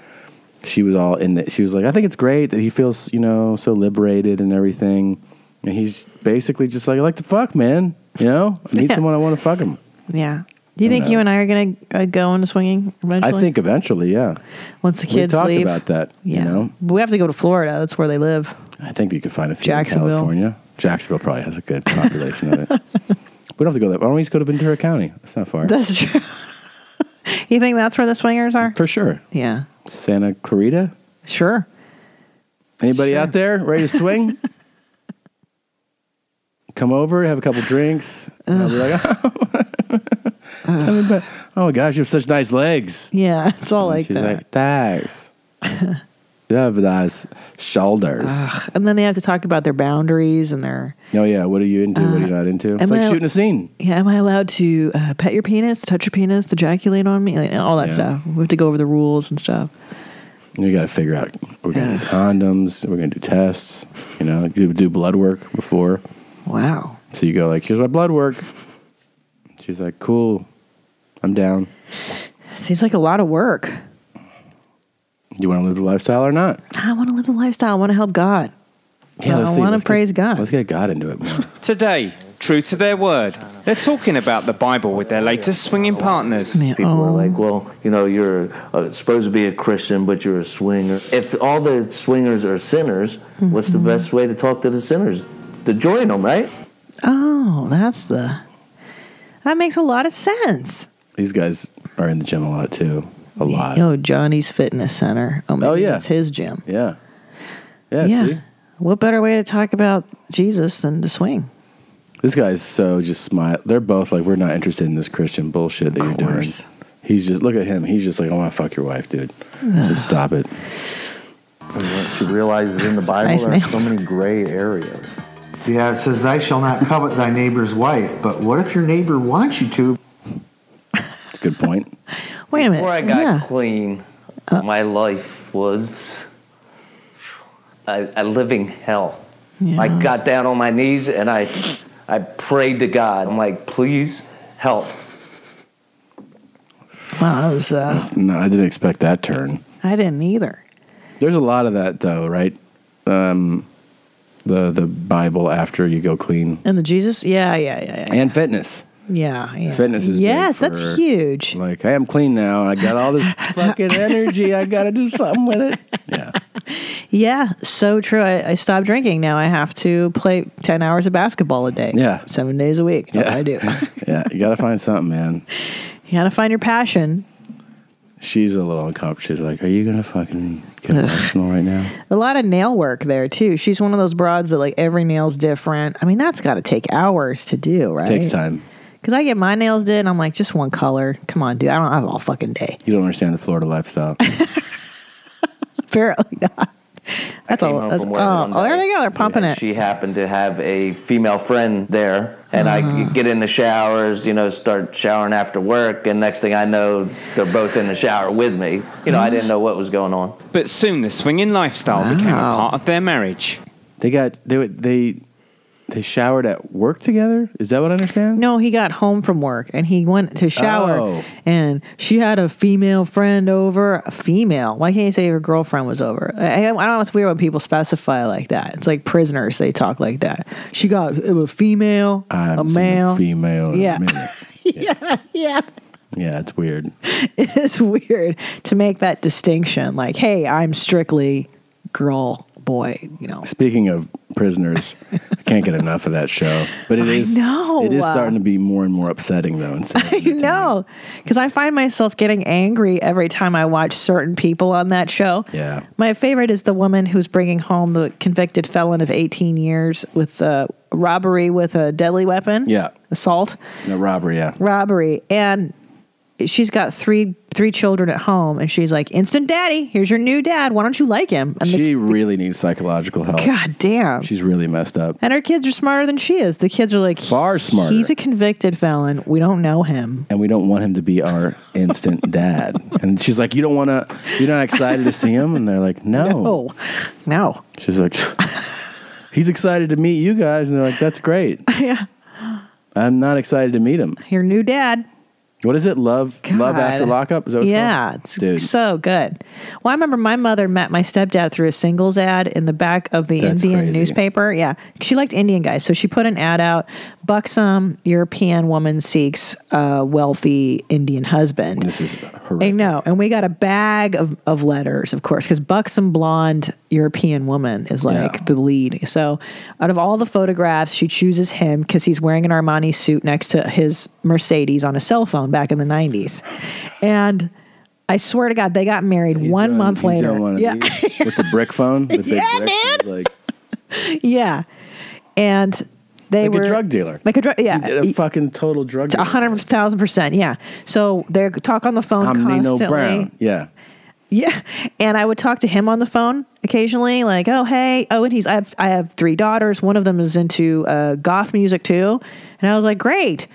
she was all in it. She was like, I think it's great that he feels, you know, so liberated and everything. And he's basically just like, I like to fuck, man. You know, I need
Yeah.
someone I want to fuck him.
Yeah. Do you
I
think
know.
you and I are gonna uh, go into swinging
I
eventually?
think eventually, yeah.
once the
we
kids
talked
leave.
about that.
yeah,
You know,
we have to go to Florida. That's where they live.
I think you could find a few
Jacksonville.
in California. Jacksonville probably has a good population of it. We don't have to go that. Why don't we just go to Ventura County? That's not far.
That's true. you think that's where the swingers are?
For sure.
Yeah,
Santa Clarita.
sure.
Anybody out there ready to swing? Come over, have a couple drinks. And I'll be like, oh, tell me about- oh my gosh, you have such nice legs.
Yeah, it's all
And
like
she's
that.
like, thanks. you have nice shoulders.
Ugh. And then they have to talk about their boundaries and their.
oh yeah, what are you into? what are you not into? It's
Uh, am
like
I-
shooting a scene.
Yeah, am I allowed to uh, pet your penis, touch your penis, ejaculate on me, like, all that
Yeah.
stuff? We have to go over the rules and stuff.
You got to figure out. We're gonna do condoms. We're gonna do tests. You know, like, you do blood work before.
Wow.
So you go like, here's my blood work. She's like, cool. I'm down.
Seems like a lot of work.
You want to live the lifestyle or not?
I want to live the lifestyle. I want to help God. Well, I
see.
wanna
Let's get-
praise God.
Let's get God into it more.
Today, true to their word, they're talking about the Bible with their latest swinging partners.
Yeah.
People are
Oh.
like, well, you know, you're uh, supposed to be a Christian, but you're a swinger. If all the swingers are sinners, what's
Mm-hmm.
the best way to talk to the sinners? To join them, right?
Oh, that's the. That makes a lot of sense.
These guys are in the gym a lot too. A lot.
Yo, Johnny's Fitness Center. Oh, maybe
Oh, yeah.
that's his gym.
Yeah. Yeah. See,
What better way to talk about Jesus than to swing?
this guy's so just smile. They're both like, we're not interested in this Christian bullshit that you're doing.
course.
He's just look at him. He's just like, I want to fuck your wife, dude. Just stop it.
What you realize is in the Bible
nice
there are
nails.
so many gray areas. Yeah, it says, "Thou shalt not covet thy neighbor's wife." But what if your neighbor wants you to?
It's a good point.
Wait a minute.
Before I got
yeah. Uh.
clean, my life was a, a living hell. I
Yeah.
got down on my knees and I, I prayed to God. I'm like, please help.
Wow, that was, uh,
No, I didn't expect that turn.
I didn't either.
There's a lot of that though, right? Um, the the Bible after you go clean
And the Jesus? Yeah, yeah, yeah, yeah.
and fitness.
yeah, yeah.
Fitness is big
Yes, that's
for-
huge.
Like, hey, I'm clean now. I got all this fucking energy. I got to do something with it. Yeah.
Yeah, so true. I, I stopped drinking. Now I have to play 10 hours of basketball a day.
Yeah.
Seven days a week. That's all I do.
Yeah, you gotta find something, man.
you got to find your passion.
She's a little uncomfortable. She's like, "Are you gonna fucking get emotional right now?"
A lot of nail work there too. She's one of those broads that like every nail's different. I mean, that's got to take hours to do, right?
Takes time.
Because I get my nails did, and I'm like, just one color. Come on, dude. I don't have all fucking day.
You don't understand the Florida lifestyle.
Apparently not. That's
I came
all-
home
that's-
from work
oh,
one
oh, there
day,
they go, they're pumping
and
it.
She happened to have a female friend there, and I
Uh-huh.
get in the showers, you know, start showering after work, and next thing I know, they're both in the shower with me. You
Mm-hmm.
know, I didn't know what was going on.
But soon the swinging lifestyle became part of their marriage.
They got they were- they they showered at work together. Is that what I understand?
No, he got home from work and he went to shower,
Oh.
and she had a female friend over. A female? Why can't you say her girlfriend was over? I, I don't know. It's weird when people specify like that. It's like prisoners; they talk like that. She got it was female,
I'm
a
seeing female.
male,
in a
Yeah.
minute.
yeah, yeah.
yeah, it's weird.
It's weird to make that distinction. Like, hey, I'm strictly girl, boy. You know.
Speaking of prisoners, I can't get enough of that show. But it
I
is
know.
it is starting to be more and more upsetting though. And sad.
I know, because I find myself getting angry every time I watch certain people on that show.
yeah.
My favorite is the woman who's bringing home the convicted felon of 18 years with uh, robbery with a deadly weapon.
Yeah.
Assault,
The robbery, yeah.
robbery. And she's got three three children at home and she's like, "Instant daddy, here's your new dad. Why don't you like him?" And
She really needs psychological help.
the, God damn.
She's really messed up.
and her kids are smarter than she is. The kids are like,
Far smarter.
He's a convicted felon. We don't know him.
and we don't want him to be our instant dad. And she's like, "You don't want to? You're not excited to see him?" And they're like, "No,
no." no.
She's like, "He's excited to meet you guys," and they're like, "That's great.
yeah.
I'm not excited to meet him."
Your new dad.
What is it? Love, love
God.
after lockup. Is that what it's
yeah,
called?
it's
dude.
so good. Well, I remember my mother met my stepdad through a singles ad in the back of the
That's
Indian
crazy.
newspaper. Yeah, she liked Indian guys, so she put an ad out: "Buxom European woman seeks a wealthy Indian husband."
This is
I
horrific.
know, and we got a bag of, of letters, of course, because buxom blonde European woman is like
Yeah.
the lead. So, out of all the photographs, she chooses him because he's wearing an Armani suit next to his Mercedes on a cell phone back in the '90s, and I swear to God, they got married one
Doing-
month
he's
later.
doing one of
yeah,
these with the brick phone. The big
Yeah,
brick phone, like,
yeah, and they
like
were
a drug dealer,
like a drug, yeah,
He did a fucking total drug.
a
dealer.
hundred thousand percent, yeah. So they talk on the phone
I'm
constantly.
Nino Brown. Yeah,
Yeah, and I would talk to him on the phone occasionally, like, "Oh, hey, oh," and he's I have I have three daughters. One of them is into uh, goth music too, and I was like, "Great."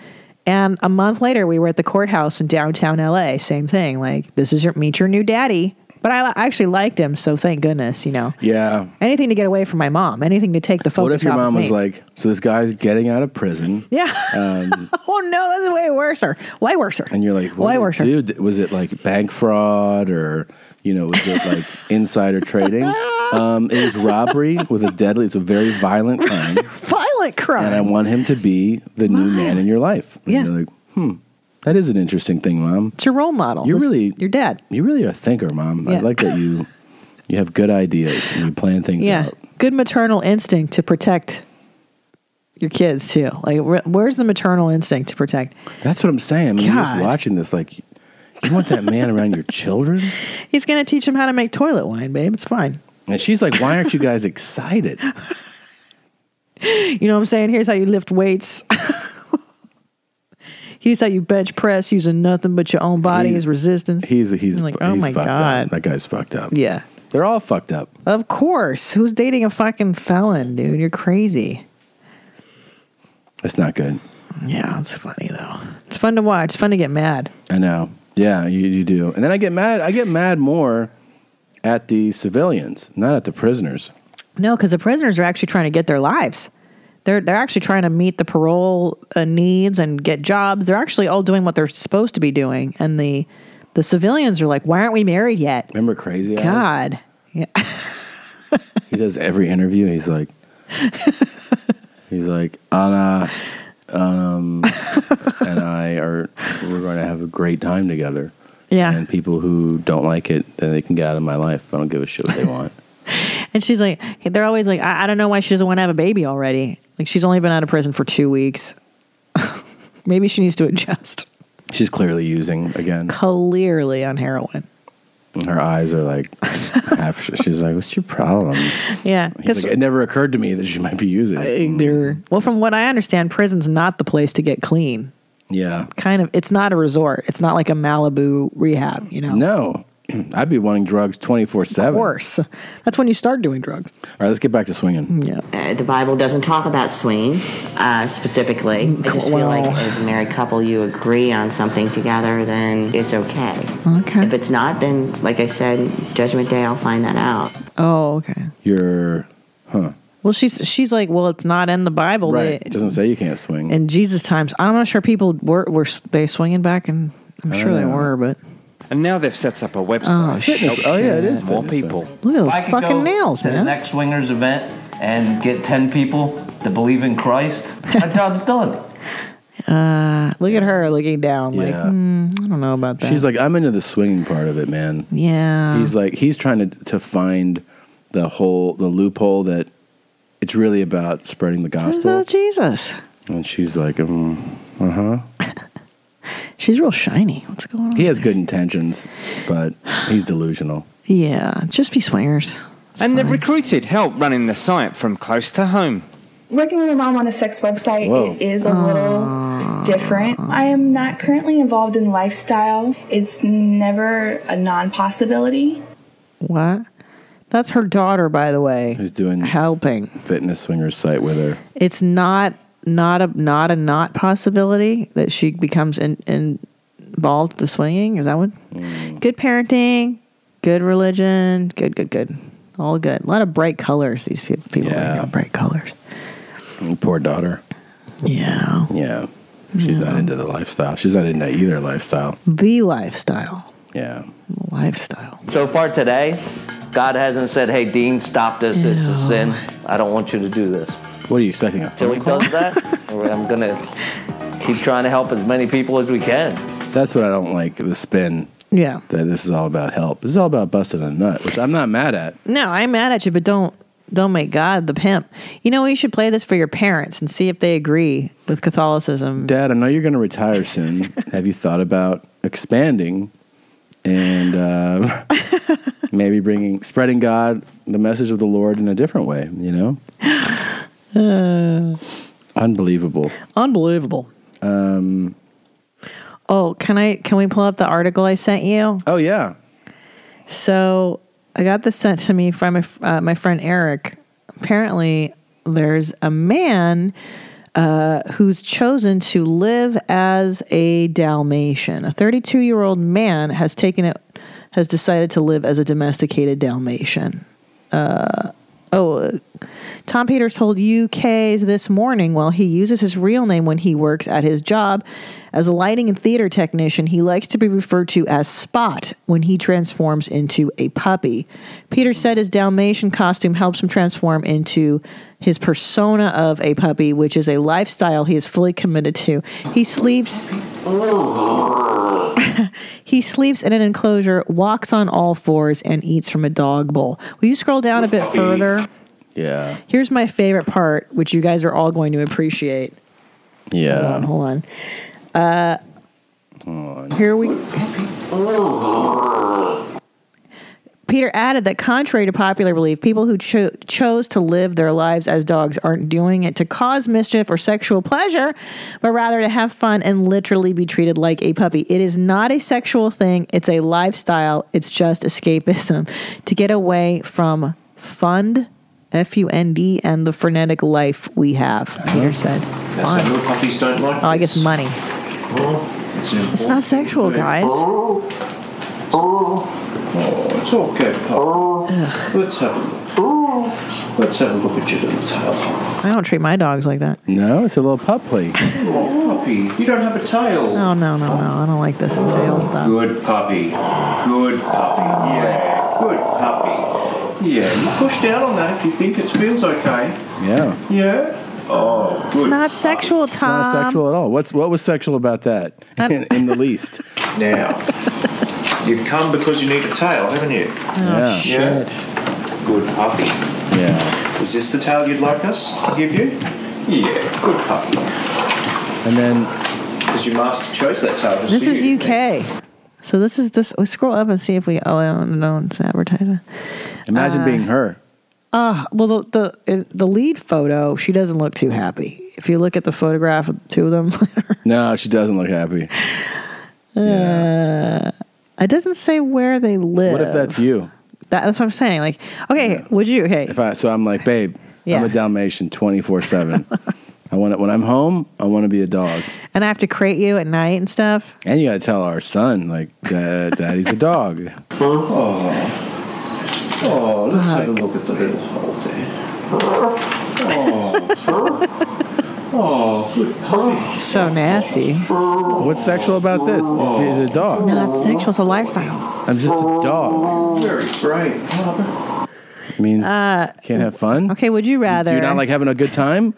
And a month later, we were at the courthouse in downtown LA. Same thing, like, "This is your meet your new daddy." But I, li- I actually liked him, so thank goodness, you know.
yeah.
Anything to get away from my mom, anything to take the focus.
What if your
off of
mom was
me.
like, "So this guy's getting out of prison."
"Yeah,
Um,
oh no, that's way worse." Or why worse? Or
And you're like,
why
what
worse? Or
dude? Was it like bank fraud or you know, was it like insider trading? Um, it was robbery with a deadly. It's a very violent crime,
violent crime?
and I want him to be the new man in your life. And
Yeah.
you're like, hmm, that is an interesting thing, mom.
it's your role model.
You're
This-
really-
your dad.
You really are a thinker, mom. I
Yeah.
like that you you have good ideas and you plan things
yeah
out.
good maternal instinct to protect your kids too like where- where's the maternal instinct to protect
That's what I'm saying. I mean, you're just
God.
watching this, like, you want that man around your children?
he's gonna teach him how to make toilet wine babe it's fine
And she's like, why aren't you guys excited?
you know what i'm saying here's how you lift weights here's how you bench press using nothing but your own body
He's-
as resistance
He's he's
I'm like,
he's
oh my
fucked
God.
up. That guy's fucked up.
yeah
They're all fucked up.
of course who's dating a fucking felon dude you're crazy
That's not good.
yeah it's funny though it's fun to watch it's fun to get mad
I know. Yeah, you, you do. And then I get mad. I get mad more at the civilians, not at the prisoners.
No, because the prisoners are actually trying to get their lives. They're they're actually trying to meet the parole uh, needs and get jobs. They're actually all doing what they're supposed to be doing, and the the civilians are like, "Why aren't we married yet?"
Remember Crazy Eyes?
God, yeah.
He does every interview. He's like, he's like, Anna, um, and I are we're going to have a great time together.
Yeah.
And people who don't like it, then they can get out of my life. I don't give a shit what they want.
and she's like, they're always like, I, "I don't know why she doesn't want to have a baby already. Like she's only been out of prison for two weeks. Maybe she needs to adjust."
She's clearly using again.
Clearly on heroin.
And her eyes are like half. She's like, "What's your problem?"
Yeah,
He's
because
like, it never occurred to me that she might be using. it."
well, from what I understand, prison's not the place to get clean.
Yeah.
kind of it's not a resort. It's not like a Malibu rehab, you know.
No. I'd be wanting drugs 24
Of
7. All
course. That's when you start doing drugs.
right, let's get back to swinging.
Yeah.
Uh, the Bible doesn't talk about swinging uh, specifically. I just feel like as a married couple, you agree on something together, then it's okay.
Okay.
If it's not, then like I said, Judgment Day, I'll find that out.
Oh, okay.
You're, huh.
Well, she's she's like, well, it's not in the Bible.
Right.
They-
It doesn't say you can't swing.
in Jesus times, I'm not sure people were were s- they swinging back, and I'm
I
sure they
Uh.
don't know.
were, but
And now they've set up a
Oh,
website.
Fitness.
Oh, yeah, it
Help
is
more
fitness,
people.
Look at
If
those
I could
fucking
go
nails,
to The
man.
next swingers event and get ten people to believe in Christ. My job's done.
uh, look at her looking down, like
Yeah.
"Hmm, I don't know about that.
She's like, I'm into the swinging part of it, man.
yeah,
he's like, he's trying to, to find the whole, the loophole that it's really about spreading the gospel.
about Jesus.
And she's like, um, uh huh.
She's real shiny. What's going on?
He has good intentions, but he's delusional.
Yeah, just be swingers.
and they've recruited help running the site from close to home.
Working with a mom on a sex website
Whoa.
it is a little different. I am not currently involved in lifestyle. It's never a non possibility.
What? That's her daughter, by the way.
Who's doing
helping
fitness swingers site with her?
It's not not a not a not possibility that she becomes in, in- involved to swinging. Is that one? Good parenting, good religion, good, good, good, all good. A lot of bright colors. These pe- people, yeah, bright colors.
Poor daughter.
Yeah.
Yeah. She's not into the lifestyle. She's not into either lifestyle.
the lifestyle,
Yeah.
lifestyle.
So far today, God hasn't said, "Hey, Dean, stop this. It's a sin. I don't want you to do this."
What are you expecting?
Till He does that, I'm gonna keep trying to help as many people as we can.
That's what I don't like the spin
Yeah.
that this is all about help. This is all about busting a nut, which I'm not mad at.
No, I'm mad at you, but don't don't make God the pimp. You know, you should play this for your parents and see if they agree with Catholicism.
Dad, I know you're going to retire soon. Have you thought about expanding and um, maybe bringing, spreading God, the message of the Lord in a different way? You know,
Uh,
unbelievable.
unbelievable.
Um,
Oh, can I can we pull up the article I sent you?
Oh yeah.
So I got this sent to me from my f- uh, my friend Eric. Apparently, there's a man uh, who's chosen to live as a Dalmatian. A 32 year old man has taken it has decided to live as a domesticated Dalmatian. Uh, oh, uh, Tom Peters told UK's This Morning while he uses his real name when he works at his job as a lighting and theater technician, he likes to be referred to as Spot when he transforms into a puppy. Peters said his Dalmatian costume helps him transform into his persona of a puppy, which is a lifestyle he is fully committed to. He sleeps. He sleeps in an enclosure, walks on all fours, and eats from a dog bowl. Will you scroll down a bit further?
Yeah.
Here's my favorite part, which you guys are all going to appreciate.
Yeah.
Hold on. Hold on. Uh, Here we. Peter added that, contrary to popular belief, people who cho- chose to live their lives as dogs aren't doing it to cause mischief or sexual pleasure, but rather to have fun and literally be treated like a puppy. It is not a sexual thing, it's a lifestyle. It's just escapism to get away from fund, F U N D, and the frenetic life we have, Peter said.
That's
Fun.
no puppies don't like
Oh, I guess money. It's not sexual, guys.
Oh, it's all good, Pop. Let's have a look. Let's have a look at your little tail.
I don't treat my dogs like that.
No, it's a little pup play.
Oh, puppy, you don't have a tail.
No, no, no, no. I don't like this tail stuff.
Good puppy. Good puppy. Yeah, good puppy. Yeah, you push down on that if you think it feels okay.
Yeah.
Yeah. Oh,
It's
good.
not sexual,
It's
Tom.
not sexual at all. What's what was sexual about Um, that? In, in the least.
Now, you've come because you need a tail, haven't you?
Yeah. Oh, shit.
Yeah. Good puppy.
Yeah.
Is this the tail you'd like us to give you? Yeah, good puppy.
And then.
Because your master chose that tail just
This
for
is
you.
UK. So this is this. We scroll up and see if we. Oh, I don't know. It's an advertisement.
Imagine
Uh,
being her.
Uh, well, the, the the lead photo, she doesn't look too happy. If you look at the photograph of the two of them,
uh, No, she doesn't look happy.
uh, It doesn't say where they live.
What if that's you?
That, that's what I'm saying. Like, okay, would you? Okay,
If I, so I'm like, babe, I'm
Yeah.
a Dalmatian 24 7. I want to, when I'm home, I want to be a dog.
and I have to crate you at night and stuff.
And you got to tell our son, like, "Da- daddy's a dog.
Oh. Oh, let's have a look at the little hole there. Oh. oh, good puppy.
So nasty.
What's sexual about this? He's, be- he's a dog.
No, that's sexual. It's a lifestyle.
I'm just a dog.
Very bright.
I mean,
Uh,
can't have fun.
Okay, would you rather?
Do you not like having a good time?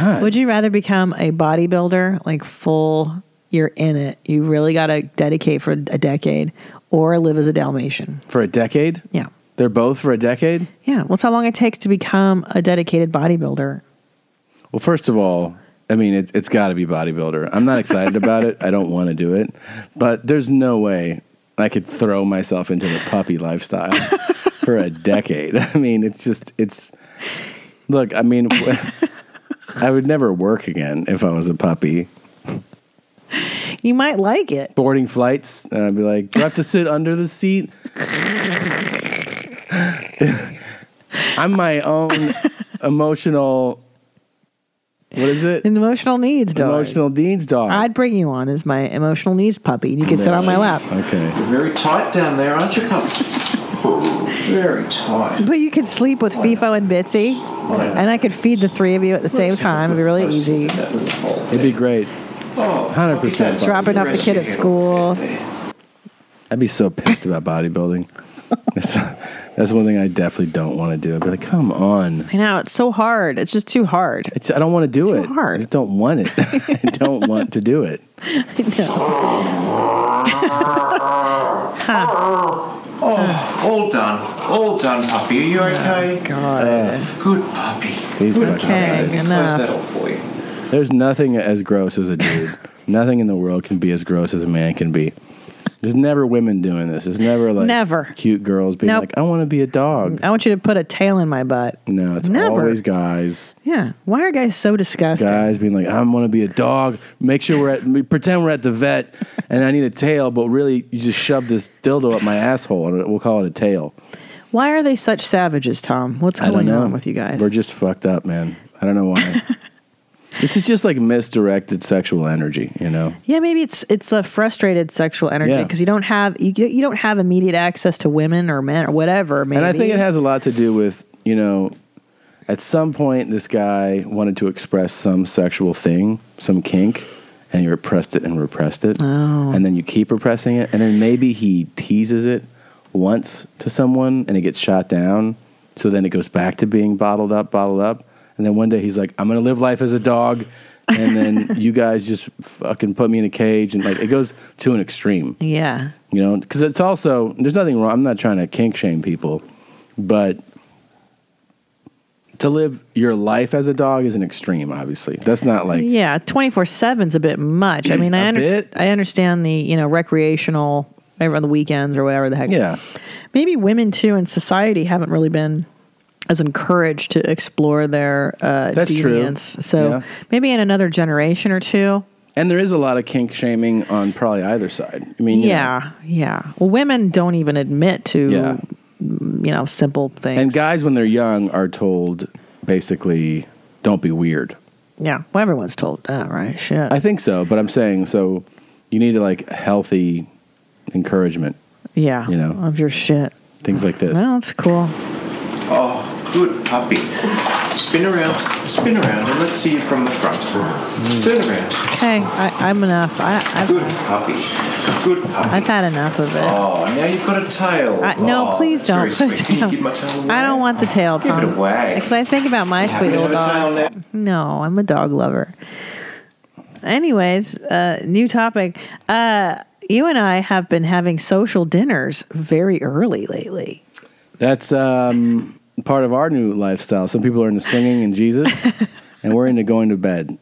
God.
Would you rather become a bodybuilder, like full, you're in it, you really got to dedicate for a decade, or live as a Dalmatian?
For a decade?
Yeah.
They're both for a decade?
Yeah. Well, it's how long it takes to become a dedicated bodybuilder.
Well, first of all, I mean, it, it's got to be bodybuilder. I'm not excited about it. I don't want to do it. But there's no way I could throw myself into the puppy lifestyle for a decade. I mean, it's just, it's, look, I mean, I would never work again if I was a puppy.
You might like it.
Boarding flights, and I'd be like, do I have to sit under the seat? I'm my own emotional. What is it?
An emotional needs dog.
Emotional needs dog.
I'd bring you on as my emotional needs puppy. and You could sit on my lap.
Okay.
You're very tight down there, aren't you, puppy? Very tight.
But you could sleep with FIFO and Bitsy, and I could feed the three of you at the same time. It'd be really easy.
It'd be great. Hundred percent.
Dropping off the kid at school.
I'd be so pissed about bodybuilding. that's, that's one thing I definitely don't want to do. I'd be like, come on.
I know it's so hard. It's just too hard.
It's, I don't want to do it. I just don't want it. I don't want to do it.
Oh, all done. All done, puppy. Are you okay?
God.
Good puppy.
These
Good
fucking
puppy.
guys.
Close that off for you.
There's nothing as gross as a dude. nothing in the world can be as gross as a man can be. There's never women doing this. There's never like
Never.
cute girls being
Nope.
like, I want to be a dog.
I want you to put a tail in my butt.
No, it's
Never.
always guys.
Yeah. Why are guys so disgusting?
Guys being like, I want to be a dog. Make sure we're at, we pretend we're at the vet and I need a tail, but really you just shove this dildo up my asshole and we'll call it a tail.
Why are they such savages, Tom? What's
I don't
going
know.
on with you guys?
We're just fucked up, man. I don't know why. this is just like misdirected sexual energy, you know?
Yeah, maybe it's it's a frustrated sexual energy
Yeah.
because you don't have you you don't have immediate access to women or men or whatever. Maybe.
And I think it has a lot to do with, you know, at some point this guy wanted to express some sexual thing, some kink, and he repressed it and repressed it.
Oh.
And then you keep repressing it, and then maybe he teases it once to someone and it gets shot down. So then it goes back to being bottled up, bottled up. And then one day he's like, I'm going to live life as a dog. And then you guys just fucking put me in a cage. And like, it goes to an extreme
Yeah.
you know because it's also there's nothing wrong i'm not trying to kink shame people but to live your life as a dog is an extreme obviously that's not like
yeah, twenty four seven's a bit much. I mean, I
Mm, A
understand.
bit?
I understand the you know recreational over the weekends or whatever the heck.
Yeah.
Maybe women too in society haven't really been as encouraged to explore their uh,
That's true.
deviance. So
Yeah.
maybe in another generation or two.
and there is a lot of kink shaming on probably either side i mean you know.
yeah, yeah. Well, women don't even admit to
Yeah.
you know simple things.
and guys when they're young are told basically don't be weird
yeah, well, everyone's told that, right? Shit.
i think so but i'm saying so you need like healthy encouragement
Yeah.
you know
of your shit
things like this
Well, that's cool.
Oh, good puppy. Spin around. Spin around and let's see you from the front. Spin around.
Okay, I, I'm enough. I,
Good
I've,
puppy. Good puppy.
I've had enough of it.
Oh, now you've got a tail.
I, Uh, no,
Oh,
please don't.
that's very
Please
sweet. Can you
don't.
give my tail away?
I don't want the tail,
Give it
Tom.
away.
Because I think about my
You happy
sweet little
with a tail
dogs. No, I'm a dog lover. Anyways, uh, new topic. Uh, you and I have been having social dinners very early lately.
That's um, part of our new lifestyle. Some people are into swinging and Jesus, and we're into going to bed.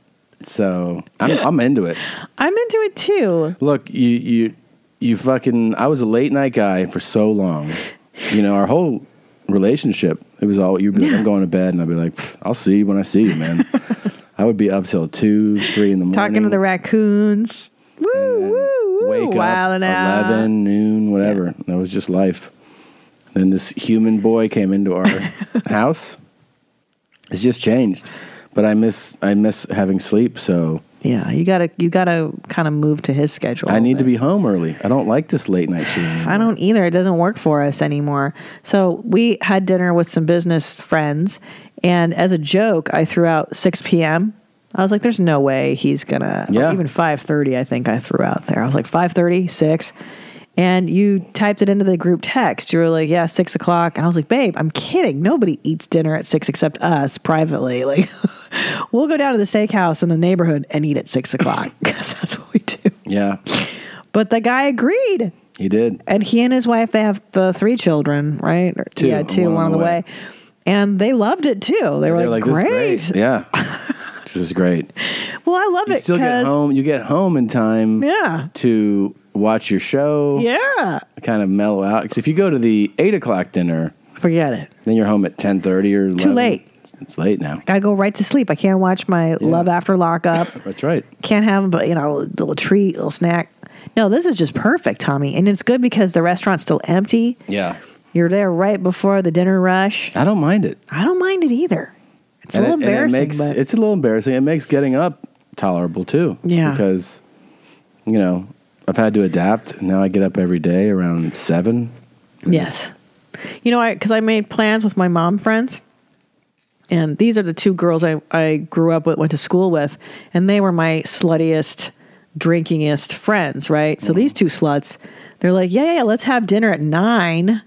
So I'm, I'm into it.
I'm into it too.
Look, you, you, you fucking. I was a late night guy for so long. You know, our whole relationship. It was all you'd be like, I'm going to bed, and I'd be like, "Pfft, I'll see you when I see you, man. I would be up till two, three in the morning.
Talking to the raccoons. Woo, woo,
wake up
wildin' out.
eleven noon whatever. That was just life. Then this human boy came into our house. It's just changed, but I miss I miss having sleep. So
yeah, you gotta you gotta kind of move to his schedule.
I need to be home early. I don't like this late night shooting.
Oh, I don't either. It doesn't work for us anymore. So we had dinner with some business friends, and as a joke, I threw out 6 p.m. I was like, "There's no way he's gonna." Yeah. even 5:30, I think I threw out there. I was like 5:30, six, and you typed it into the group text. You were like, "Yeah, six o'clock," and I was like, "Babe, I'm kidding. Nobody eats dinner at six except us privately. Like, we'll go down to the steakhouse in the neighborhood and eat at six o'clock because that's what we do."
Yeah,
But the guy agreed.
he did.
And he and his wife, they have the three children, right? Or-
Two,
Yeah, two, one, on the way. And they loved it too. They were
They're
like,
this is
great.
Yeah, this is great.
Well, I love
You
it
still get
because,
home. You get home in time.
Yeah.
To watch your show.
yeah,
Kind of mellow out because if you go to the eight o'clock dinner,
forget it.
then you're home at ten thirty or 11.
Too late.
It's late now.
Gotta go right to sleep. I can't watch my Love After Lockup.
That's right.
Can't have, but you know, a little treat, little snack. No, this is just perfect, Tommy. And it's good because the restaurant's still empty.
Yeah.
You're there right before the dinner rush.
I don't mind it.
I don't mind it either. It's
And
a little
it- and it
embarrassing.
makes-
but
It's a little embarrassing. It makes getting up tolerable too.
Yeah.
Because, you know, I've had to adapt. Now I get up every day around seven.
Yes. You know, I because I made plans with my mom friends, and these are the two girls I I grew up with, went to school with, and they were my sluttiest, drinkingest friends. Right. So these two sluts, they're like, yeah, yeah, yeah, let's have dinner at nine.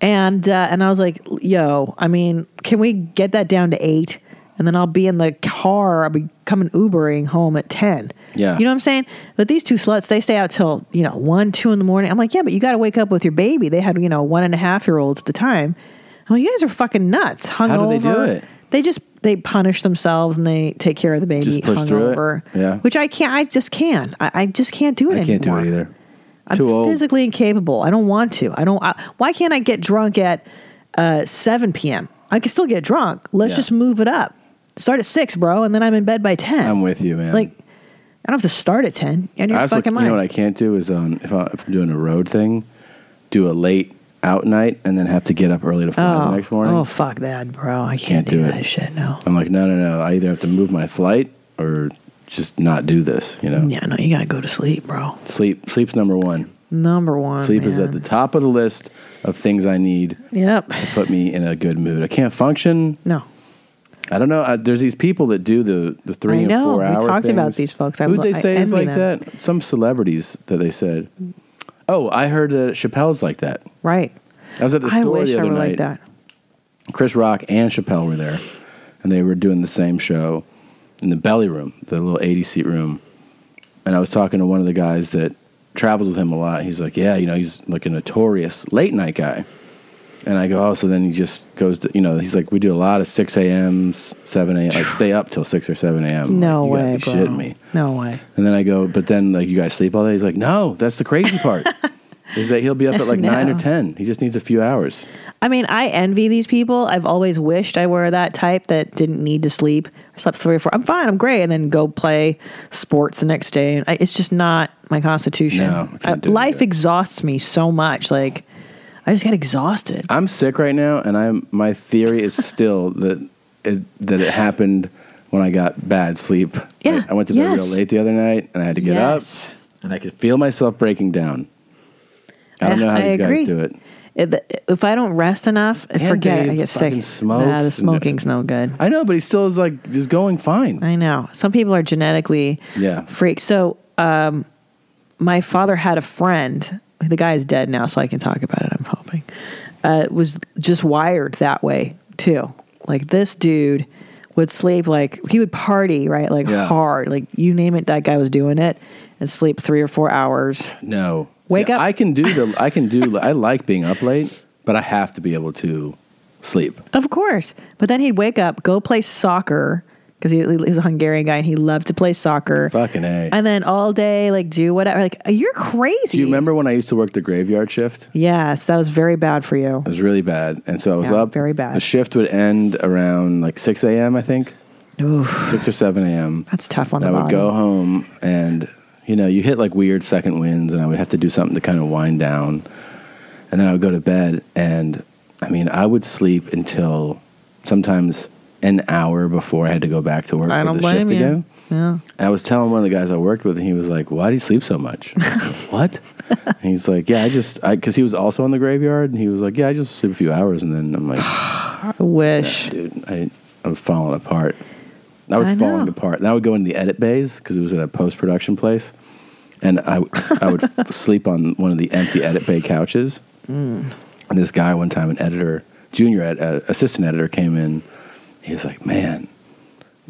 And uh, and I was like, yo, I mean, can we get that down to eight? And then I'll be in the car. I'll be coming Ubering home at ten.
Yeah.
you know what I'm saying? But these two sluts, they stay out till you know one, two in the morning. I'm like, yeah, but you got to wake up with your baby. They had you know one and a half year olds at the time. I'm like, you guys are fucking nuts. Hungover.
How do they do it?
They just they punish themselves and they take care of the baby.
Just push through
hungover,
it. Yeah.
Which I can't. I just can't. I, I just can't do it.
I can't do
anymore.
it either.
I'm
Too old.
physically incapable. I don't want to. I don't. I, why can't I get drunk at uh, 7 p.m.? I can still get drunk. Let's
Yeah.
just move it up. Start at six, bro, and then I'm in bed by ten.
I'm with you, man.
Like, I don't have to start at ten. And you're
I also-
fucking
you know what I
mine.
can't do is um, if, I, if I'm doing a road thing, do a late out night and then have to get up early to fly
oh,
the next morning.
oh fuck that, bro. I can't,
can't
do,
do it.
that shit. No.
I'm like, no, no, no. I either have to move my flight or just not do this. You know.
Yeah, no. You gotta go to sleep, bro.
Sleep. Sleep's number one.
Number one.
Sleep is at the top of the list of things I need
Yep.
to put me in a good mood. I can't function.
No.
I don't know. I, there's these people that do the, the three
I
and
know.
four
We
hours.
talked about these folks. I
Who'd
lo-
they
I
say is
envy
like
them.
that? Some celebrities that they said. Oh, I heard that Chappelle's like that.
Right.
I was at the
I
store
wish
the
I
other
were
night.
like that.
Chris Rock and Chappelle were there, and they were doing the same show in the belly room, the little 80 seat room. And I was talking to one of the guys that travels with him a lot. He's like, Yeah, you know, he's like a notorious late night guy. And I go, Oh, so then he just goes to, you know, he's like, We do a lot of 6 a.m.s, 7 a.m., like stay up till 6 or 7 a.m.
No
Like,
way,
you
bro.
gotta be shitting me.
No way.
And then I go, But then, like, you guys sleep all day? He's like, No, that's the crazy part. Is that he'll be up at like
No.
9 or 10. He just needs a few hours.
I mean, I envy these people. I've always wished I were that type that didn't need to sleep. I slept three or four. I'm fine. I'm great. And then go play sports the next day. And I, it's just not my constitution.
No, I can't
Uh,
do it
life exhausts me so much. Like, I just get exhausted.
I'm sick right now, and I'm my theory is still that it, that it happened when I got bad sleep.
Yeah,
I, I went to bed
yes.
real late the other night, and I had to get
Yes.
up, and I could feel myself breaking down. I don't
Yeah,
know how
I
these
agree.
guys do it.
If- If I don't rest enough, I
And
forget it. I
Dave
get
fucking
sick.
smokes
Nah, the
and-
smoking's no good.
I know, but he still is like is going fine.
I know. Some people are genetically
Yeah.
freak. So, um, my father had a friend. The guy is dead now, so I can talk about it. I'm hoping. Uh, was just wired that way too. Like this dude would sleep like he would party right like
Yeah.
hard like you name it that guy was doing it and sleep three or four hours.
No,
Wake up.
I can do the. I can do. I like being up late, but I have to be able to sleep.
Of course. But then he'd wake up, go play soccer because he, he was a Hungarian guy and he loved to play soccer.
Fucking a.
And then all day, like do whatever. Like you're
Do
crazy.
you remember when I used to work the graveyard shift?
Yes, that was very bad for you.
It was really bad, and so I was
Yeah,
up.
very bad.
The shift would end around like six a.m. I think,
Oof.
six or seven a.m.
That's tough on
And
the
I would
body.
go home, and You know, you hit like weird second winds, and I would have to do something to kind of wind down. And then I would go to bed, and I mean, I would sleep until sometimes an hour before I had to go back to work
I
with
don't
the
blame
shift
you.
again.
Yeah.
And I was telling one of the guys I worked with, and he was like, "Why do you sleep so much?" I was like, what? And he's like, "Yeah, I just because he was also in the graveyard, and he was like, "Yeah, I just sleep a few hours," and then I'm like, "I
wish,
dude, I, I'm falling apart." I was
I
falling
know.
apart. And I would go into the edit bays because it was at a post production place, and I would- I would f- sleep on one of the empty edit bay couches.
Mm.
And this guy, one time, an editor, junior ed, uh, assistant editor, came in. He was like, "Man,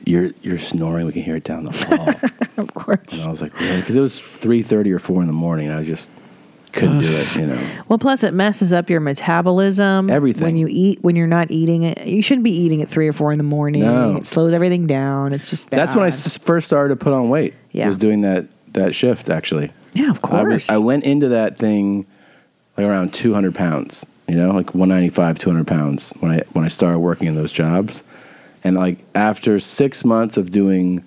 you're you're snoring. We can hear it down the hall."
of course.
And I was like, "Really?" Because it was three thirty or four in the morning. I just couldn't do it. You know.
Well, plus it messes up your metabolism. Everything. When you eat, when you're not eating it, you shouldn't be eating at three or four in the morning.
No.
It slows everything down. It's just bad.
That's when I s- first started to put on weight.
Yeah.
was doing that that shift actually.
Yeah, of
I,
course.
was, I went into that thing like around 200 pounds, you know, like 195, 200 pounds when I when I started working in those jobs, and like after six months of doing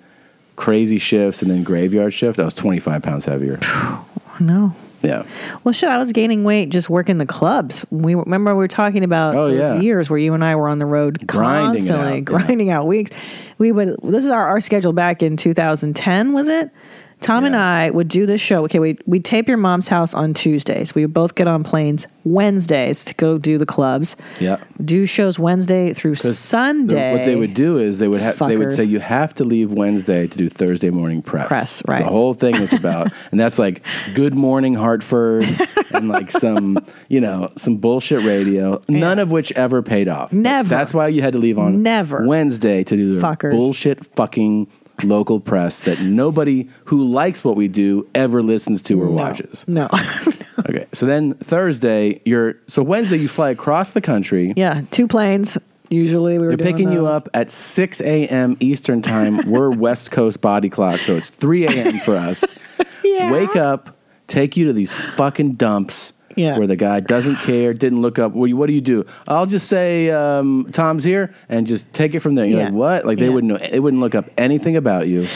crazy shifts and then graveyard shift, I was 25 pounds heavier.
no.
yeah,
Well, shit, I was gaining weight just working the clubs. We remember we were talking about
Oh,
those
yeah.
years where you and I were on the road
Grinding it
constantly,
out, yeah.
grinding out weeks. We would. This is our, our schedule back in 2010, was it? Tom and I would do this show. Okay, we we tape your mom's house on Tuesdays. We would both get on planes Wednesdays to go do the clubs.
yeah.
Do shows Wednesday through
'Cause the-
Sunday.
what they would do is they would have they would
Fuckers.
say you have to leave Wednesday to do Thursday morning press. Press, right? The whole thing was about, and that's like Good Morning Hartford and like some you know some bullshit radio, none of which ever paid off. Never. That's why you had to leave on never Wednesday to do the
Fuckers.
bullshit fucking local press that nobody who likes what we do ever listens to or watches.
No.
Okay, so then Thursday you're so Wednesday you fly across the country.
yeah, two planes usually. We were
They're
doing
picking you
those.
up at 6 a.m. Eastern Time. We're West Coast body clock, so it's 3 a.m. for us. Wake up, take you to these fucking dumps
Yeah.
where the guy doesn't care, didn't look up. Well, you- What do you do? I'll just say um, Tom's here and just take it from there. You're
Yeah.
like, what? Like they
Yeah.
wouldn't know, they wouldn't look up anything about you.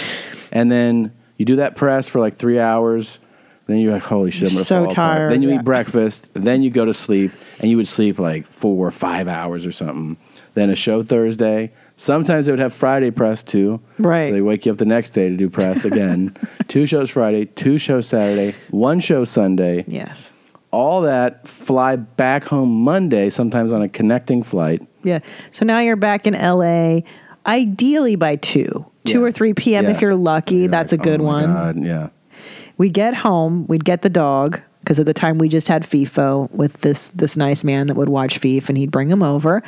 And then you do that press for like three hours. Then you're like, holy shit, I'm gonna
So
fall apart.
tired,
Then you
yeah.
eat breakfast. Then you go to sleep, and you would sleep like four or five hours or something. Then a show Thursday. Sometimes they would have Friday press too. Right. So they wake you up the next day to do press again. two shows Friday, two shows Saturday, one show Sunday.
Yes.
All that fly back home Monday, sometimes on a connecting flight.
Yeah. So now you're back in LA, ideally by two, two or three p.m.
Yeah.
If you're lucky, that's a good one.
"Oh God, yeah.
We get home, we'd get the dog because at the time we just had FIFO with this this nice man that would watch FIF, and he'd bring him over.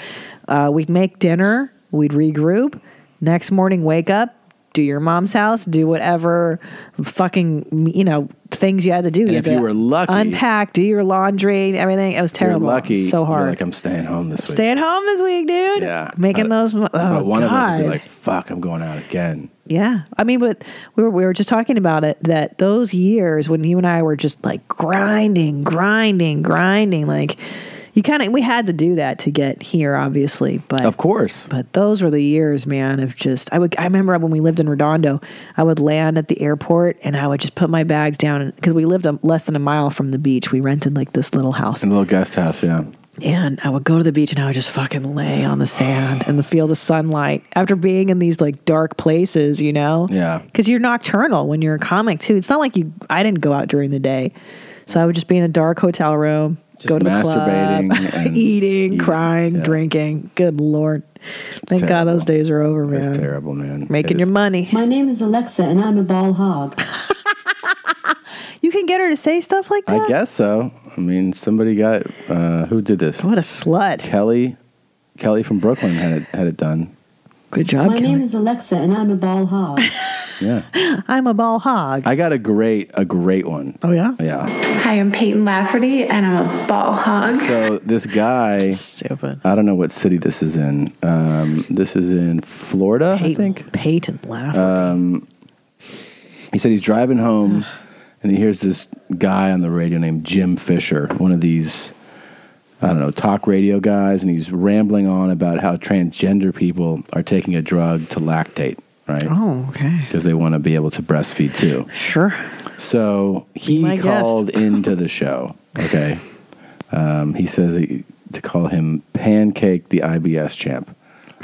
Uh, we'd make dinner, we'd regroup. Next morning, wake up. Do your mom's house, do whatever fucking you know things you had to do.
And if
had
you
to
were lucky-
unpack, do your laundry, everything. It was terrible.
You're lucky.
so
you're
hard.
like I'm staying home this week.
Stay at home this week, dude.
yeah.
making
Uh,
those. Oh,
but one of us would be
God.
like, "Fuck, I'm going out again."
Yeah. I mean, but we were, we were just talking about it that those years when you and I were just like grinding, grinding, grinding, like you kind of, we had to do that to get here, obviously. But of
course.
But those were the years, man, of just, I would, I remember when we lived in Redondo, I would land at the airport and I would just put my bags down because we lived a, less than a mile from the beach. We rented like this little house.
In a little guest house, yeah.
And I would go to the beach and I would just fucking lay on the sand and feel the sunlight after being in these like dark places, you know?
Yeah.
Because you're nocturnal when you're a comic too. It's not like you, I didn't go out during the day. So I would just be in a dark hotel room,
Just
go to the
masturbating
club,
and
eating, crying, drinking. Good Lord. Thank God those days are over, man.
It's terrible, man.
Making your money.
My name is Alexa, and I'm a ball hog.
You can get her to say stuff like that.
I guess so. I mean, somebody got uh, who did this?
What a slut,
Kelly. Kelly from Brooklyn had it had it done.
Good job,
My name is Alexa, and I'm a ball hog.
Yeah,
I'm a ball hog.
I got a great a great one.
Oh yeah,
yeah.
Hi, I'm Peyton Lafferty, and I'm a ball hog.
So this guy,
stupid.
I don't know what city this is in. Um, this is in Florida, I
Peyton-
think.
Peyton Lafferty.
Um, he said he's driving home, and he hears this guy on the radio named Jim Fisher, one of these I don't know, talk radio guys, and he's rambling on about how transgender people are taking a drug to lactate. right? Oh, okay. Because they want to be able to breastfeed too. Sure. So he
my guest.
called into the show. Okay. Um, he says he, to call him Pancake the IBS champ.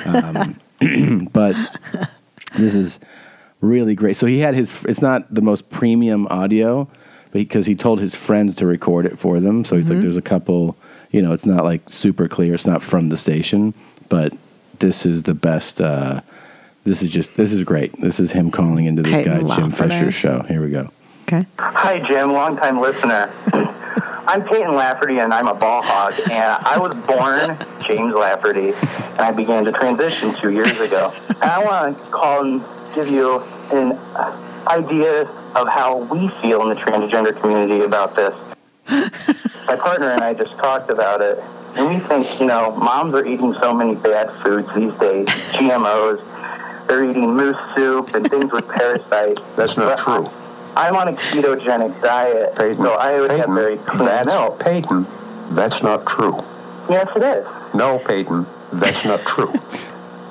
Um, but this is really great. So he had his, it's not the most premium audio because he told his friends to record it for them. So he's
Mm-hmm.
like,
Mhm.
there's a couple, you know, it's not like super clear. It's not from the station, but this is the best. Uh, this is just, this is great. This is him calling into this
Peyton
guy, Jim
Lafferty.
Fisher's show. Here we go.
Okay.
Hi, Jim, longtime listener. I'm Peyton Lafferty, and I'm a ball hog. And I was born James Lafferty, and I began to transition two years ago. And I want to call and give you an idea of how we feel in the transgender community about this. My partner and I just talked about it, and we think, you know, moms are eating so many bad foods these days, GMOs. They're eating moose soup and things with parasites. That's not true. I'm on a ketogenic diet, so I would have very clean milk.
Peyton, that's not true.
Yes, it is.
No, Peyton, that's not true.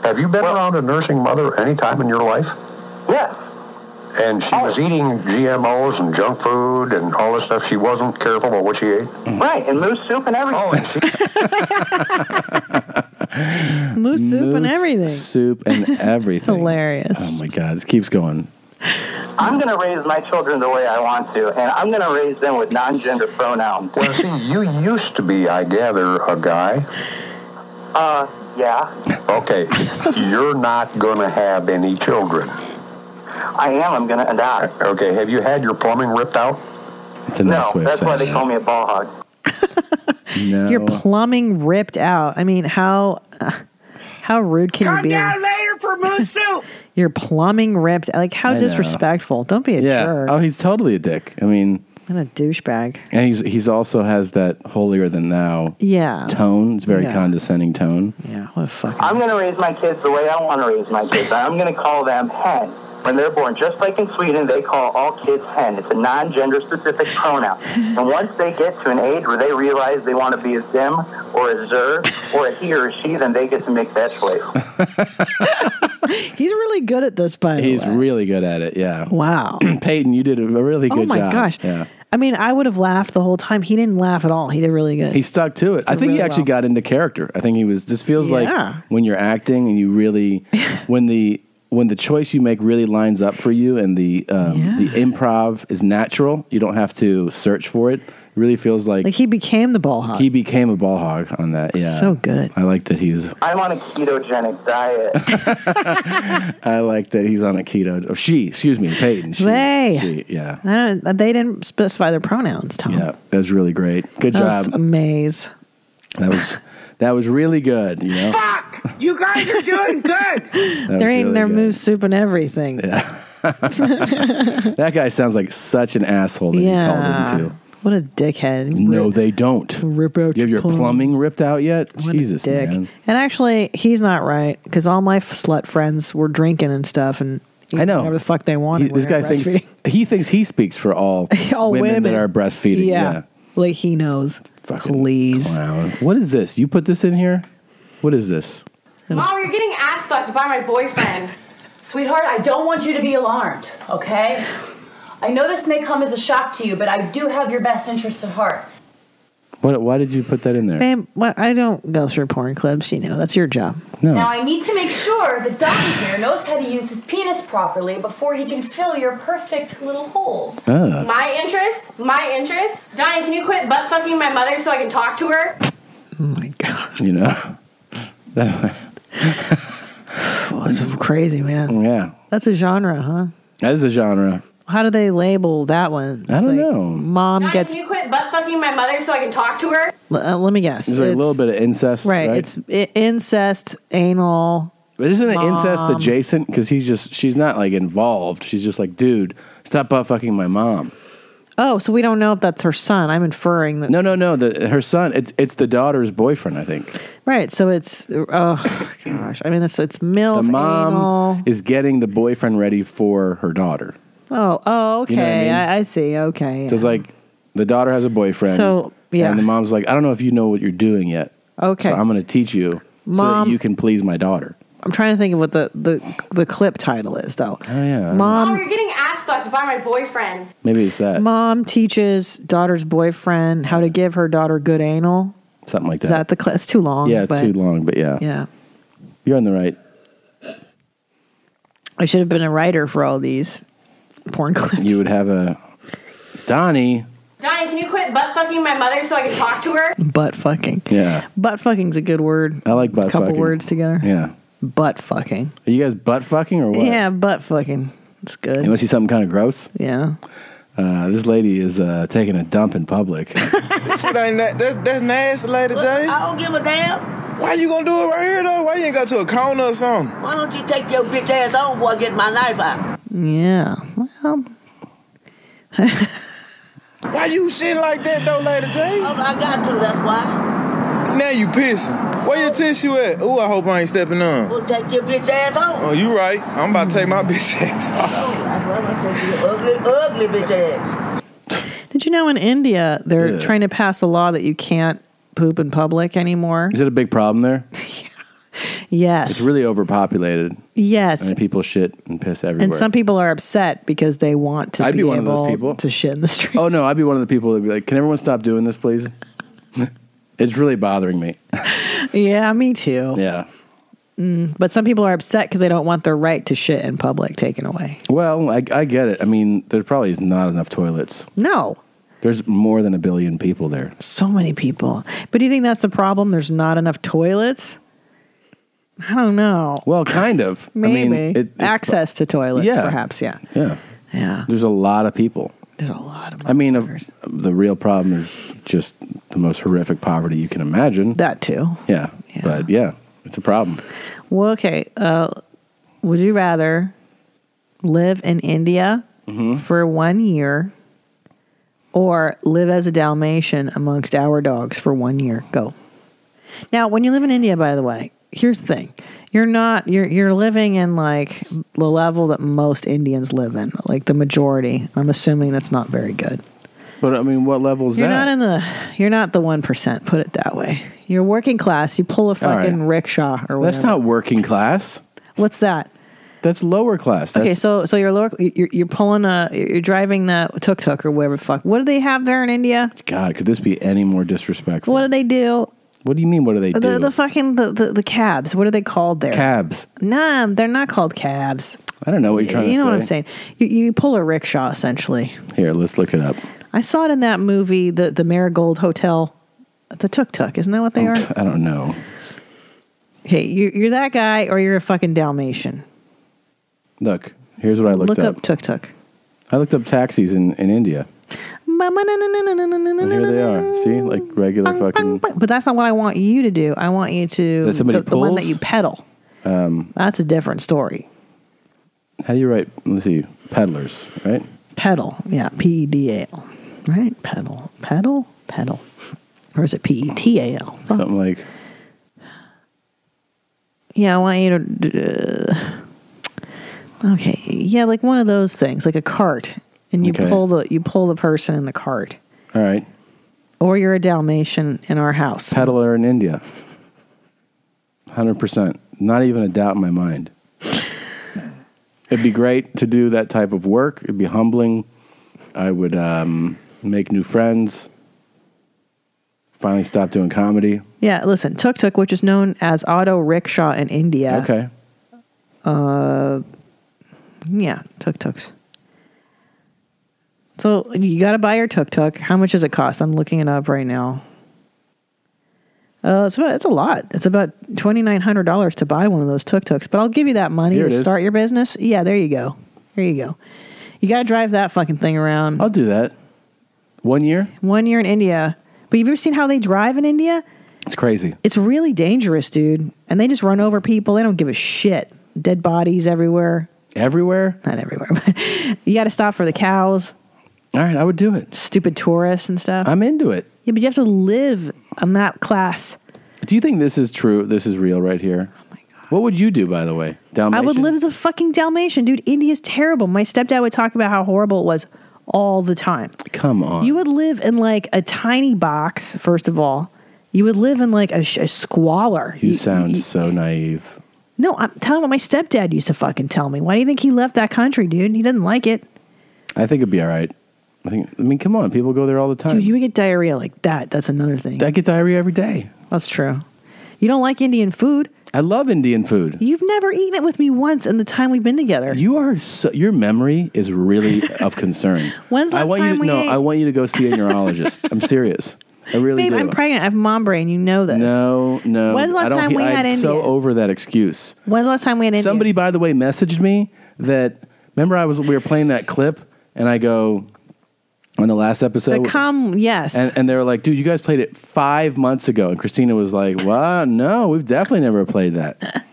Have you been around a nursing mother any time in your life?
Yes. Oh.
And she was eating GMOs and junk food and all this stuff. She wasn't careful about what she ate. Oh,
Right, and moose soup and everything.
Moose soup and everything.
Soup and everything.
Hilarious.
Oh my God. It keeps going.
I'm going to raise my children the way I want to, and I'm going to raise them with non-gender pronouns.
Well, see, you used to be, I gather, a guy.
Uh, yeah,
Okay, you're not going to have any children.
I am. I'm going to adopt.
Okay, have you had your plumbing ripped out?
It's a
no, that's why they call me a ball hog.
No.
Your plumbing ripped out. I mean, how uh, how rude can you be?
later for moose soup.
Your plumbing ripped. Like how
I know.
disrespectful. Don't be a
yeah.
jerk
Oh, he's totally a dick. I mean,
and a douchebag.
and he's he's also has that holier than thou
Yeah.
tone. It's a very
Yeah.
condescending tone.
Yeah. What a fuck.
I'm going to raise my kids the way I want to raise my kids. I'm going to call them hen. When they're born, just like in Sweden, they call all kids hen. It's a non-gender specific pronoun. And once they get to an age where they realize they want to be a them or a zer or a he or a she, then they get to make that choice.
He's really good at this, by the
He's
way.
really good at it. Yeah.
Wow.
Peyton, you did a really
Oh
good job.
my gosh.
Yeah.
I mean, I would have laughed the whole time. He didn't laugh at all. He did really good.
He stuck to it. I
Did
think he
really
actually
well.
got into character. I think he was. This feels
Yeah.
like when you're acting and you really, when the when the choice you make really lines up for you and the um, the improv is natural. You don't have to search for it. It really feels like,
Like he became the ball hog.
he became a ball hog on that. Yeah,
So good.
I like that he's.
I'm on a ketogenic diet.
I like that he's on a keto. Or she, excuse me, Peyton. She,
They.
she- yeah,
I don't. They didn't specify their pronouns. Tom.
yeah, that was really great. Good
That
job.
was a maze.
that was that was really good. You know.
You guys are doing good.
was
They're eating
really
their
good.
moose soup and everything.
Yeah. that guy sounds like such an asshole that
Yeah.
you called into.
What a dickhead.
No, they don't.
Rip out
you have your plumbing, ripped out yet? Jesus,
dick.
man.
And actually, he's not right because all my f- slut friends were drinking and stuff, and I know whatever the fuck they wanted.
He- this guy
when they were
thinks he thinks he speaks for all,
breastfeeding. all
women,
women,
that are breastfeeding. Yeah.
like he knows. Please,
clown. What is this? You put this in here? What is this?
Mom, you're getting ass fucked by my boyfriend.
Sweetheart, I don't want you to be alarmed, okay? I know this may come as a shock to you, but I do have your best interests at heart.
What? Why did you put that in there?
babe. Well, I don't go through porn clubs. You know that's your job.
Now, I need to make sure that Don here knows how to use his penis properly before he can fill your perfect little holes.
Ah.
My interest? My interest? Donnie, can you quit butt fucking my mother so I can talk to her?
Oh
You know. That-
That's crazy, man.
yeah,
That's a genre, huh?
that is a genre.
How do they label that one?
I don't know.
Mom
Donnie,
gets.
can you quit butt fucking my mother so I can talk to her?
l- uh, let me guess.
There's like a little bit of incest,
right,
right?
It's i- incest, anal.
But isn't it incest
mom.
adjacent? Because he's just she's not like involved. She's just like, dude, stop butt fucking my mom.
Oh, so we don't know if that's her son. I'm inferring that.
No, no, no. The her son. It's it's the daughter's boyfriend. I think
Right. So it's oh gosh. I mean, it's it's milf.
the mom
Oh, anal.
is getting the boyfriend ready for her daughter.
Oh, oh, okay.
You know what I mean?
I, I see. Okay.
So it's like the daughter has a boyfriend.
So, yeah.
and the mom's like, I don't know if you know what you're doing yet.
Okay.
so I'm going to teach you so
Mom-
that you can please my daughter.
I'm trying to think of what the the, the clip title is though.
Oh yeah,
oh,
mom.
you're getting ass fucked by my boyfriend.
Maybe it's that
Mom teaches daughter's boyfriend how to give her daughter good anal.
something like that.
Is that the clip? It's too long.
yeah, it's
but-
too long, but yeah,
Yeah.
you're on the right.
I should have been a writer for all these porn clips.
You would have a Donnie
Donnie, can you quit butt fucking my mother so I can talk to her?
butt fucking.
Yeah,
Butt fucking's a good word.
I like butt
Couple
fucking.
words together.
Yeah,
butt fucking.
Are you guys butt fucking or what?
Yeah, butt fucking. It's good.
You want to see something kind of gross?
Yeah.
Uh, this lady is uh, taking a dump in public.
Shit ain't that. That's, that's nasty, Lady J. I don't give a damn. Why you gonna do it right here though? Why you ain't got to a corner or something?
Why don't you take your bitch ass over before I get my knife out?
Yeah. Well,
Why you shitting like that though, Lady J? Oh, I got to. That's why. Now you pissing. Where your tissue at? Ooh, I hope I ain't stepping on.
We'll take your bitch ass over.
Oh, you right. I'm about to take my bitch ass.
Oh, that's why I'm gonna take your ugly, ugly bitch ass.
did you know in India they're
Yeah.
trying to pass a law that you can't poop in public anymore?
Is it a big problem there?
Yes.
It's really overpopulated.
Yes.
And people shit and piss everywhere.
and some people are upset because they want to
I'd be, one of
able
those people
to shit in the street.
Oh no, I'd be one of the people that'd be like, "Can everyone stop doing this, please?" it's really bothering me.
Yeah, me too.
Oh. Yeah.
Mm, but some people are upset because they don't want their right to shit in public taken away.
Well, I, I get it. I mean, there probably is not enough toilets.
No.
There's more than a billion people there.
So many people. But do you think that's the problem? There's not enough toilets? I don't know.
Well, kind of.
Maybe.
I mean, it- it's-
Access to toilets,
Yeah.
perhaps. Yeah.
Yeah.
Yeah.
There's a lot of people.
There's a lot of
I mean, of- the real problem is just the most horrific poverty you can imagine.
That too.
Yeah. But yeah, it's a problem.
Well, okay. Uh, would you rather live in India
Mm-hmm.
for one year or live as a Dalmatian amongst our dogs for one year? Go. Now, when you live in India, by the way, here's the thing. You're not you're you're living in like the level that most Indians live in, like the majority. I'm assuming that's not very good.
But I mean, what level is
You're
that?
not in the you're not the one percent, put it that way. You're working class, you pull a
All right.
fucking rickshaw or whatever.
That's not working class.
What's that?
That's lower class. That's,
okay, so so you're lower, you're, you're pulling a you're driving the tuk tuk or whatever the fuck. What do they have there in India?
God, could this be any more disrespectful?
What do they do?
What do you mean? What do they
the
do?
the fucking the, the, the cabs. What are they called there?
Cabs.
No, they're not called cabs.
I don't know what you're trying
you
to
know what I'm
say.
saying? You, you pull a rickshaw essentially.
Here, let's look it up.
I saw it in that movie, the the Marigold Hotel, the tuk tuk. Isn't that what they are?
I don't know.
Okay, you're, you're that guy or you're a fucking Dalmatian.
Look, here's what I looked
Look
up.
up tuk tuk.
I looked up taxis in, in India. And here they are. See? Like regular fucking.
But that's not what I want you to do. I want you to
That somebody
the, the one that
pulls?
you pedal.
Um,
That's a different story.
how do you write? Let's see. Peddlers, right?
Pedal, yeah, P E D A L, right? Pedal, pedal, pedal, or is it P E T A L?
Something like.
Yeah, I want you to. Uh, okay, yeah, like one of those things, like a cart, and you
Okay.
pull the you pull the person in the cart,
All right.
or you're a Dalmatian in our house.
Peddler in India. 100%. Not even a doubt in my mind. It'd be great to do that type of work. It'd be humbling. I would um, make new friends. Finally stop doing comedy.
Yeah, listen, tuk tuk, which is known as auto rickshaw in India.
Okay.
Uh, yeah, tuk tuks. So you got to buy your tuk tuk. How much does it cost? I'm looking it up right now. Uh, it's about, it's a lot. It's about twenty nine hundred dollars to buy one of those tuk tuks. But I'll give you that money
Here
to
it is.
start your business. Yeah, there you go. There you go. You got to drive that fucking thing around.
I'll do that. One year?
One year in India. But you've ever seen how they drive in India?
It's crazy.
It's really dangerous, dude. And they just run over people. They don't give a shit. Dead bodies everywhere.
Everywhere?
Not everywhere, but you got to stop for the cows.
All right, I would do it.
Stupid tourists and stuff.
I'm into it.
Yeah, but you have to live on that class.
Do you think this is true? This is real right here? Oh my God. What would you do, by the way? Dalmatian?
I would live as a fucking Dalmatian, dude. India's terrible. My stepdad would talk about how horrible it was all the time.
Come on.
You would live in like a tiny box, first of all. You would live in like a, sh- a squalor.
You sound so naive.
No, I'm telling what my stepdad used to fucking tell me. Why do you think he left that country, dude? He doesn't like it.
I think it'd be all right. I think. I mean, come on, people go there all the time.
Dude, you would get diarrhea like that. That's another thing.
I get diarrhea every day.
That's true. You don't like Indian food.
I love Indian food.
You've never eaten it with me once in the time we've been together.
You are so, your memory is really of concern.
When's the
I
last
want you
time
to,
we
no,
ate?
I want you to go see a neurologist. I'm serious. I really
Babe,
do.
I'm pregnant. I have mom brain. You know this.
No, no.
When's the last
I don't,
time we
I'm
had
so
Indian?
over that excuse.
When's the last time we had Indian?
Somebody, by the way, messaged me that. Remember, I was we were playing that clip, and I go on the last episode.
the com, yes.
And, and they were like, dude, you guys played it five months ago. And Christina was like, wow, no, we've definitely never played that.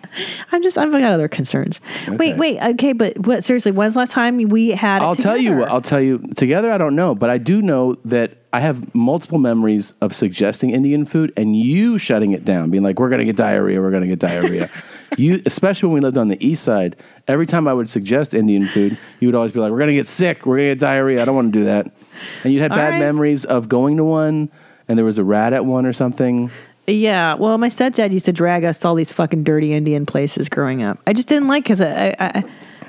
I'm just, I've got other concerns. Wait, wait, okay, but what? Seriously, when's the last time we had? It
I'll tell you
together?
what, I'll tell you together, I don't know, but I do know that I have multiple memories of suggesting Indian food and you shutting it down, being like, we're going to get diarrhea, we're going to get diarrhea. you, especially when we lived on the east side, every time I would suggest Indian food, you would always be like, we're going to get sick, we're going to get diarrhea, I don't want to do that. And you'd have
All
bad
right.
memories of going to one and there was a rat at one or something.
Yeah, well, my stepdad used to drag us to all these fucking dirty Indian places growing up. I just didn't like because I, I, I,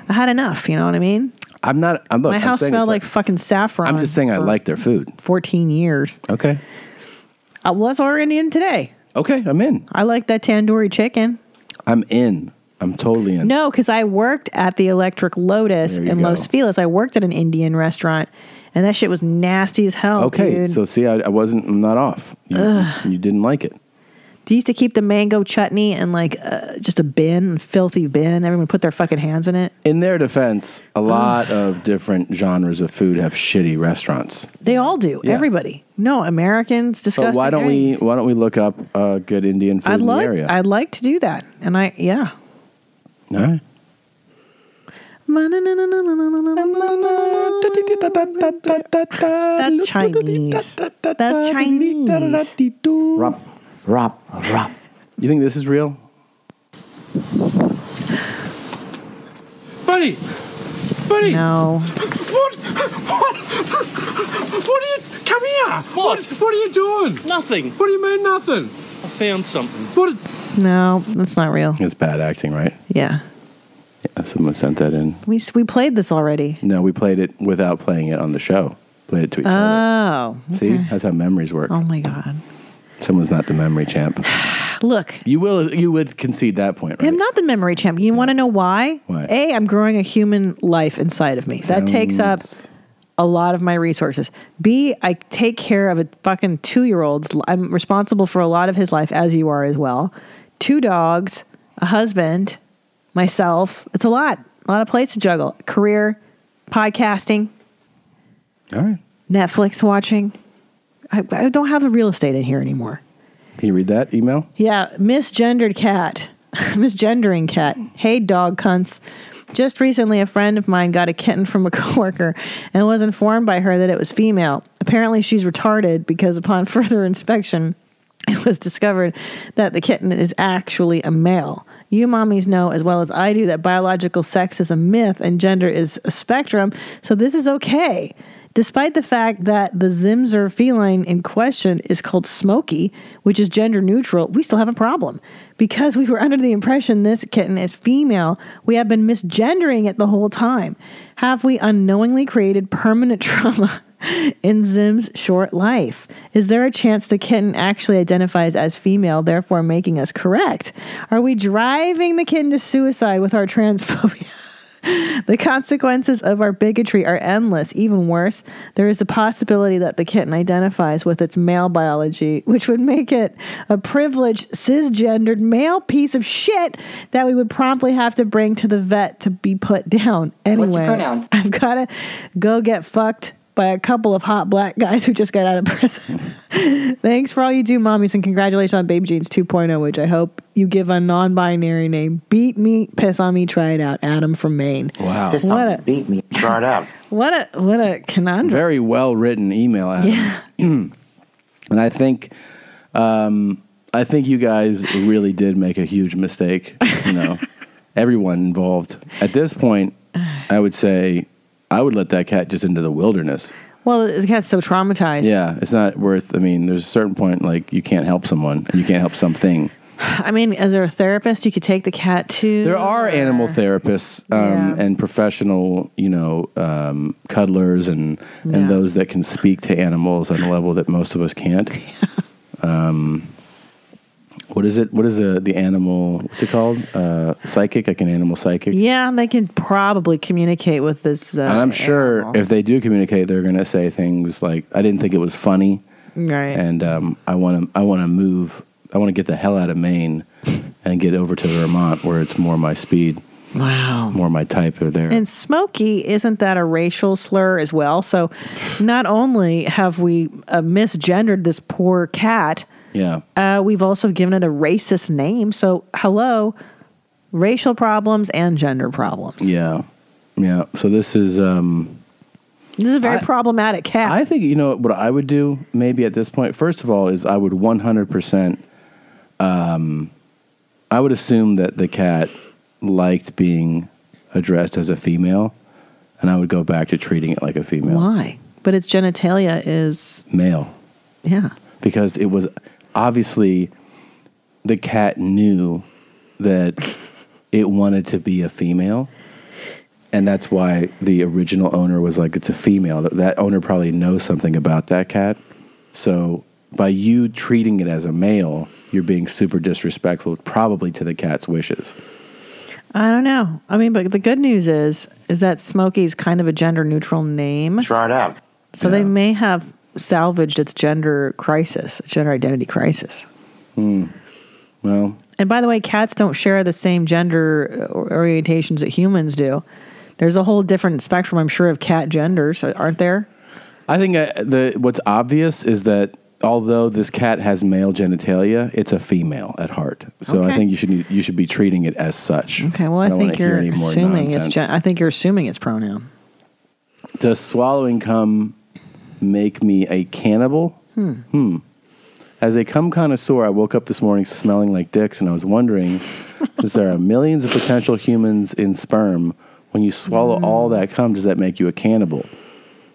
I had enough. You know what I mean?
I'm not, I'm, look,
my
I'm
house
saying it's
smelled like fucking saffron.
I'm just saying I
for
like their food.
14 years.
Okay.
Uh, well, let's order Indian today.
Okay, I'm in.
I like that tandoori chicken.
I'm in. I'm totally in.
No, because I worked at the Electric Lotus
There you
in
go.
Los Feliz. I worked at an Indian restaurant, and that shit was nasty as hell.
okay,
dude.
so see, I, I wasn't, I'm not off. You,
Ugh.
you didn't like it.
They used to keep the mango chutney in like uh, just a bin, filthy bin. Everyone put their fucking hands in it.
In their defense, a lot of different genres of food have shitty restaurants.
They all do.
Yeah.
Everybody. No, Americans.
So
Disgusting.
why don't we why don't we look up uh, good Indian food
I'd
in
like.
the area?
I'd like to do that. And I yeah.
All right.
That's Chinese. That's Chinese.
Rop, rop, rop. You think this is real? Buddy, buddy.
No.
What? What? What are you? Come here. What? What, are you doing? Nothing. What do you mean nothing? I found something. What?
No, that's not real.
It's bad acting, right?
Yeah.
Yeah, someone sent that in.
We s- we played this already.
No, we played it without playing it on the show. Played it to each other.
Oh.
See,
okay.
that's how memories work.
Oh my god.
Someone's not the memory champ.
Look,
You will. You would concede that point, right?
I'm not the memory champ. You want to know why?
Why?
A, I'm growing a human life inside of me. That takes up a lot of my resources. B, I take care of a fucking two year old's. li- I'm responsible for a lot of his life, as you are as well. Two dogs, a husband, myself. It's a lot. A lot of plates to juggle. Career, podcasting,
All right.
Netflix watching. I, I don't have a real estate in here anymore.
Can you read that email?
Yeah, misgendered cat. Misgendering cat. Hey, dog cunts. Just recently, a friend of mine got a kitten from a coworker and was informed by her that it was female. Apparently, she's retarded because upon further inspection, it was discovered that the kitten is actually a male. You mommies know as well as I do that biological sex is a myth and gender is a spectrum, so this is okay. Despite the fact that the Zimzer feline in question is called Smokey, which is gender neutral, we still have a problem. Because we were under the impression this kitten is female, we have been misgendering it the whole time. Have we unknowingly created permanent trauma in Zim's short life? Is there a chance the kitten actually identifies as female, therefore making us correct? Are we driving the kitten to suicide with our transphobia? the consequences of our bigotry are endless. Even worse, there is the possibility that the kitten identifies with its male biology, which would make it a privileged, cisgendered male piece of shit that we would promptly have to bring to the vet to be put down. Anyway,
What's your pronoun?
I've got to go get fucked by a couple of hot black guys who just got out of prison. Thanks for all you do, mommies, and congratulations on Baby Jeans 2.0, which I hope you give a non binary name. Beat me, piss on me, try it out. Adam from Maine.
Wow.
This song What a-
beat me. Try it out.
What a what a conundrum.
Very well written email. Adam.
Yeah.
and I think, um, I think you guys really did make a huge mistake. You know, everyone involved. At this point, I would say I would let that cat just into the wilderness.
Well, the cat's so traumatized.
Yeah, it's not worth. I mean, there's a certain point like you can't help someone, and you can't help something.
I mean, as a therapist, you could take the cat to.
There are animal therapists um, and professional, you know, um, cuddlers and
Yeah.
and those that can speak to animals on a level that most of us can't. um, what is it? What is the the animal? What's it called? Uh, psychic, like an animal psychic.
Yeah, they can probably communicate with this. Uh,
and I'm sure
animal.
if they do communicate, they're going to say things like, "I didn't think it was funny,"
Right.
and um, "I want to, I want to move, I want to get the hell out of Maine and get over to Vermont where it's more my speed."
Wow,
more my type are there.
And smoky, isn't that a racial slur as well? So not only have we uh, misgendered this poor cat,
yeah.
uh, we've also given it a racist name. So, hello, racial problems and gender problems.
Yeah. Yeah. So this is um
This is a very
I-
problematic cat.
I think you know what I would do maybe at this point first of all is I would 100% um I would assume that the cat liked being addressed as a female and I would go back to treating it like a female.
Why? But its genitalia is,
Male.
yeah.
because it was obviously the cat knew that it wanted to be a female and that's why the original owner was like it's a female that, that owner probably knows something about that cat so by you treating it as a male you're being super disrespectful probably to the cat's wishes
I don't know. I mean, but the good news is, is that Smokey's kind of a gender neutral name.
Try it out.
So they may have salvaged its gender crisis, its gender identity crisis.
Hmm. well
And by the way, cats don't share the same gender uh, or- orientations that humans do. There's a whole different spectrum, I'm sure, of cat genders, uh, aren't there?
I think uh, the what's obvious is that although this cat has male genitalia, it's a female at heart. So
Okay.
I think you should you should be treating it as such.
Okay, well, I,
don't
think
wanna hear
you're
any more
assuming it's.
nonsense.
Gen- I think you're assuming it's pronoun.
Does swallowing cum make me a cannibal?
Hmm.
Hmm. As a cum connoisseur, I woke up this morning smelling like dicks, and I was wondering, since there are millions of potential humans in sperm, when you swallow all that cum, does that make you a cannibal?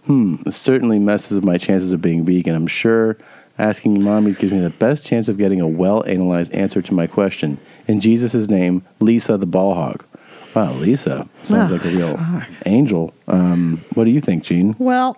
Hmm. It certainly messes with my chances of being vegan. I'm sure asking mommies gives me the best chance of getting a well analyzed answer to my question. In Jesus' name, Lisa the ball hog. Wow, Lisa sounds
Oh,
like a real angel. Um, what do you think, Gene?
Well,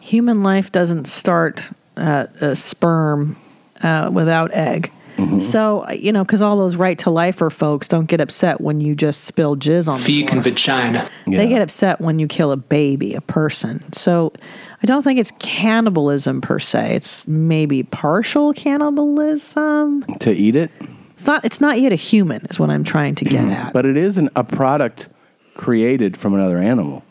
human life doesn't start uh, a sperm uh, without egg.
Mm-hmm.
So you know, because all those right to lifer folks don't get upset when you just spill jizz on them.
Feet and vagina.
They get upset when you kill a baby, a person. So I don't think it's cannibalism per se. It's maybe partial cannibalism.
To eat it?
It's not it's not yet a human is what I'm trying to get at.
Mm-hmm. But it is an, a product created from another animal.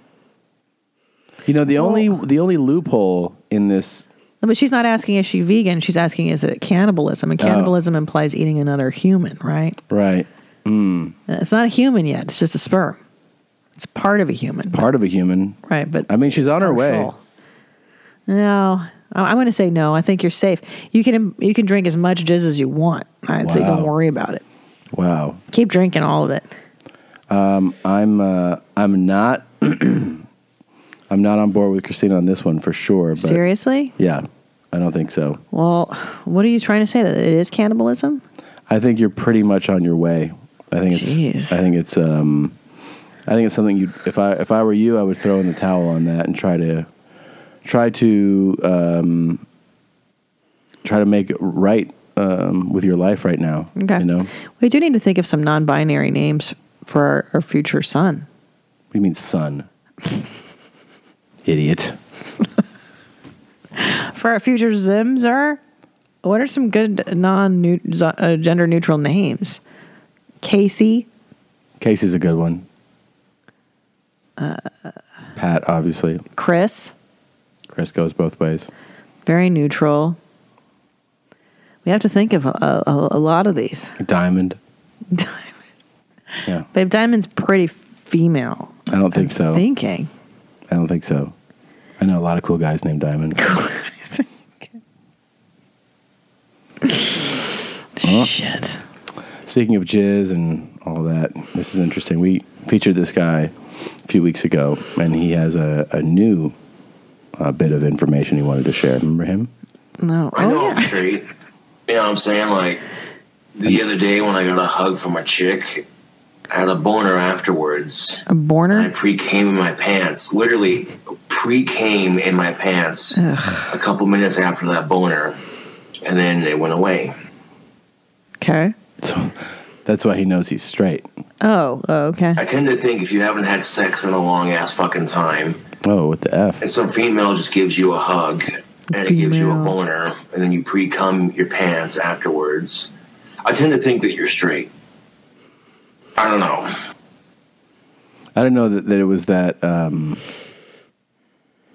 You know, the only the only loophole in this
But she's not asking is she vegan? She's asking is it cannibalism? And
Oh.
cannibalism implies eating another human, right?
right. Mm,
It's not a human yet. It's just a sperm. It's part of a human.
part of a human.
Right, but
I mean she's on her way.
partial. No, I- I'm going to say no. I think you're safe. You can you can drink as much jizz as you want. I'd say don't
Wow.
worry about it.
Wow.
Keep drinking all of it.
Um, I'm uh, I'm not I'm not on board with Christina on this one for sure. But
Seriously?
Yeah. I don't think so.
Well, what are you trying to say? That it is cannibalism?
I think you're pretty much on your way. I think it's. I think it's. Um, I think it's something you. If I if I were you, I would throw in the towel on that and try to, try to, um, try to make it right um, with your life right now.
Okay.
You know. What
We do need to think of some non binary names for our, our future son.
do you mean, son? Idiot.
For our future Zimzer, what are some good non uh, gender neutral names? Casey.
Casey's a good one.
Uh,
Pat, obviously.
Chris.
Chris goes both ways.
Very neutral. We have to think of a, a, a lot of these.
Diamond. Yeah.
Babe Diamond's pretty female.
I don't think so.
Thinking.
I don't think so. I know a lot of cool guys named Diamond.
Shit.
Speaking of jizz and all that, this is interesting. We featured this guy a few weeks ago, and he has a, a new uh, bit of information he wanted to share. Remember him?
No. Oh,
I know I'm straight. You know what I'm saying? Like, The other day when I got a hug from a chick, I had a boner afterwards.
A
I
borner?
pre came in my pants. Literally pre came in my pants
Ugh.
a couple minutes after that boner, and then it went away.
Okay.
That's why he knows he's straight.
Oh, oh, okay.
I tend to think if you haven't had sex in a long ass fucking time,
Oh, what the f?
and some female just gives you a hug and it gives you a boner, and then you pre cum your pants afterwards, I tend to think that you're straight. I don't know.
I don't know that, that it was that um,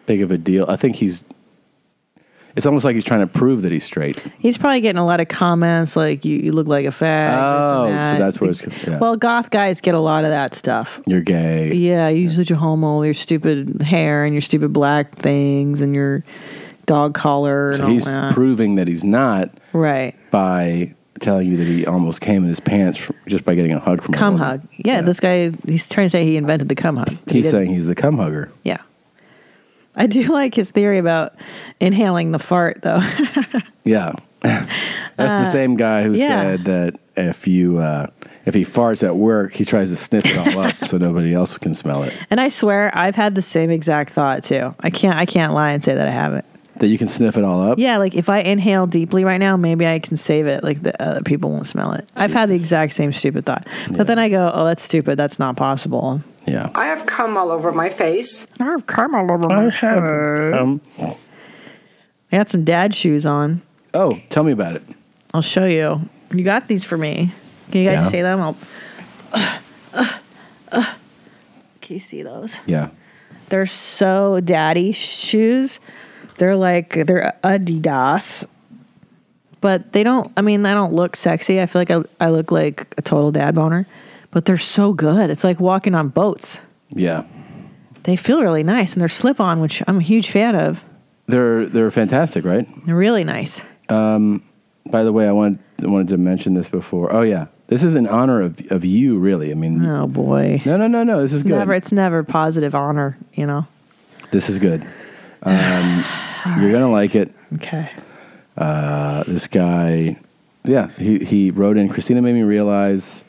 big of a deal. I think he's. It's almost like he's trying to prove that he's straight.
He's probably getting a lot of comments like you, you look like a fag. this and
oh,
that.
so that's where it's. Yeah.
Well, goth guys get a lot of that stuff.
you're gay.
Yeah, you such a homo, your stupid hair and your stupid black things and your dog collar and
So
all
he's
that.
proving that he's not
right.
by telling you that he almost came in his pants fr- just by getting a hug from a
Cum
woman.
hug. Yeah, this guy he's trying to say he invented the cum hug. but he
He's
didn't.
saying he's the cum hugger.
Yeah. I do like his theory about inhaling the fart though.
Yeah. That's the
Uh,
same guy who
yeah.
said that if you uh, if he farts at work, he tries to sniff it all up so nobody else can smell it.
and I swear I've had the same exact thought too. I can't I can't lie and say that I haven't.
That you can sniff it all up.
Yeah, like if I inhale deeply right now, maybe I can save it. Like the other people won't smell it. I've had the exact same stupid thought. But then I go, oh, that's stupid. That's not possible.
Yeah.
I have cum all over my face.
I have cum all over my face. I got some dad shoes on.
Oh, tell me about it.
I'll show you. You got these for me. Can you guys
Yeah.
see them? I'll. Can you see those?
Yeah.
They're so daddy shoes. They're like they're Adidas, but they don't. I mean, I don't look sexy. I feel like I, I look like a total dad boner, but they're so good. It's like walking on boats.
Yeah.
They feel really nice, and they're slip on, which I'm a huge fan of.
They're they're fantastic, right?
They're really nice.
Um, by the way, I wanted wanted to mention this before. Oh yeah, this is in honor of of you, really. I mean,
oh boy.
No, no, no, no. This is
It's
good.
never. It's never positive honor. You know.
This is good. Um, you're gonna like it.
Okay.
Uh, this guy, yeah, he he wrote in. Christina made me realize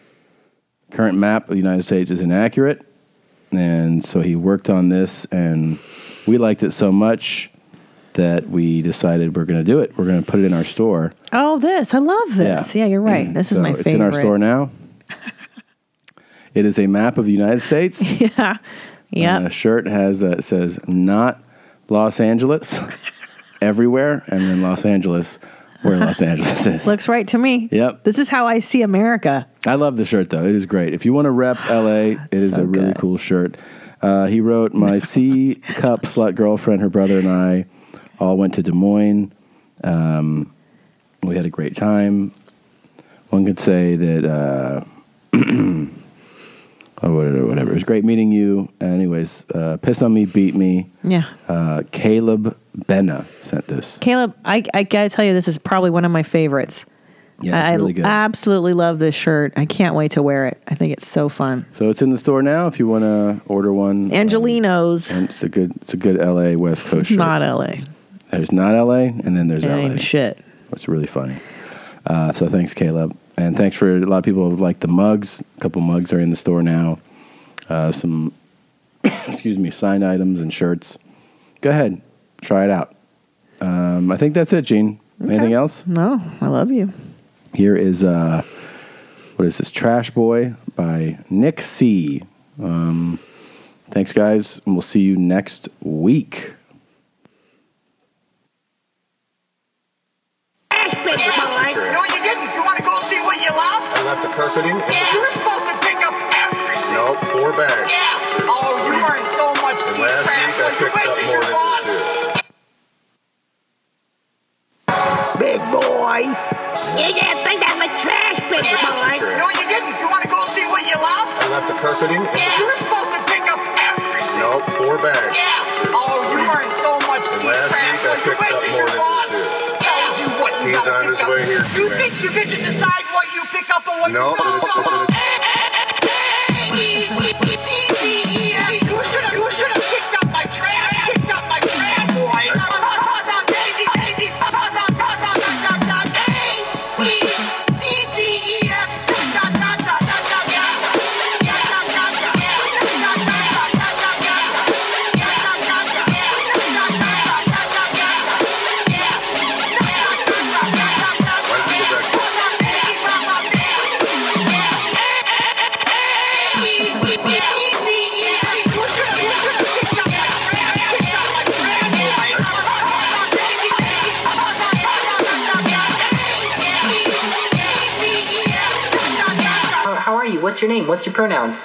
current map of the United States is inaccurate, and so he worked on this, and we liked it so much that we decided we're gonna do it. We're gonna put it in our store.
Oh, this. I love this. Yeah, you're right. This is
So
my
it's
favorite.
in our store now. it is a map of the United States.
yeah. Yeah.
And a shirt has uh, says not Los Angeles everywhere, and then Los Angeles where Los Angeles is.
Looks right to me.
Yep.
This is how I see America.
I love the shirt though. It is great. If you want to rep LA, it is a really cool shirt. Uh, he wrote, "My C cup slut girlfriend, her brother, and I all went to Des Moines. Um, we had a great time. One could say that, uh, oh, whatever, whatever. It was great meeting you. Anyways, uh, piss on me, beat me.
Yeah.
Uh, Caleb Benna sent this.
Caleb, I, I gotta tell you, this is probably one of my favorites.
Yeah, it's
I
really good.
absolutely love this shirt. I can't wait to wear it. I think it's so fun.
So it's in the store now. If you want to order one,
Angelino's.
And it's a good, it's a good LA West Coast shirt.
Not LA.
There's not LA, and then there's
It ain't
LA.
Shit,
that's really funny. Uh, so thanks, Caleb, and thanks for a lot of people who like the mugs. A couple mugs are in the store now. Uh, some, excuse me, signed items and shirts. Go ahead, try it out. Um, I think that's it, Gene. Anything else?
No, I love you.
Here is uh, what is this? Trash Boy by Nick C. Um, thanks, guys. and We'll see you next week.
No, you didn't. You want to go see what you love?
I left the perfidy.
Yeah. You're supposed to pick up everything.
No, four bags.
Yeah. Oh, you earned so much
And
deep
last
crap.
week I
Well, you
picked
wait
up
till
more
your
than
boss.
Big boy. You didn't think that was trash, big boy.
No, you didn't. You want to go see what you love?
I left the perfidy.
Yeah. You're supposed to pick up everything.
No, four bags.
Yeah. Oh, you earned so much
And
deep
last
crap.
week I
Well, you
picked
wait
up
till
more
your
than
boss
you
tells you what you
He's
gotta
on
pick
his
up.
way here
You
today.
think you get to decide what you pick up and what
No,
you don't?
it's- it's-
You should have, you should have picked up my trash, picked up my trash, boy. Hey,
what's your name? What's your pronoun?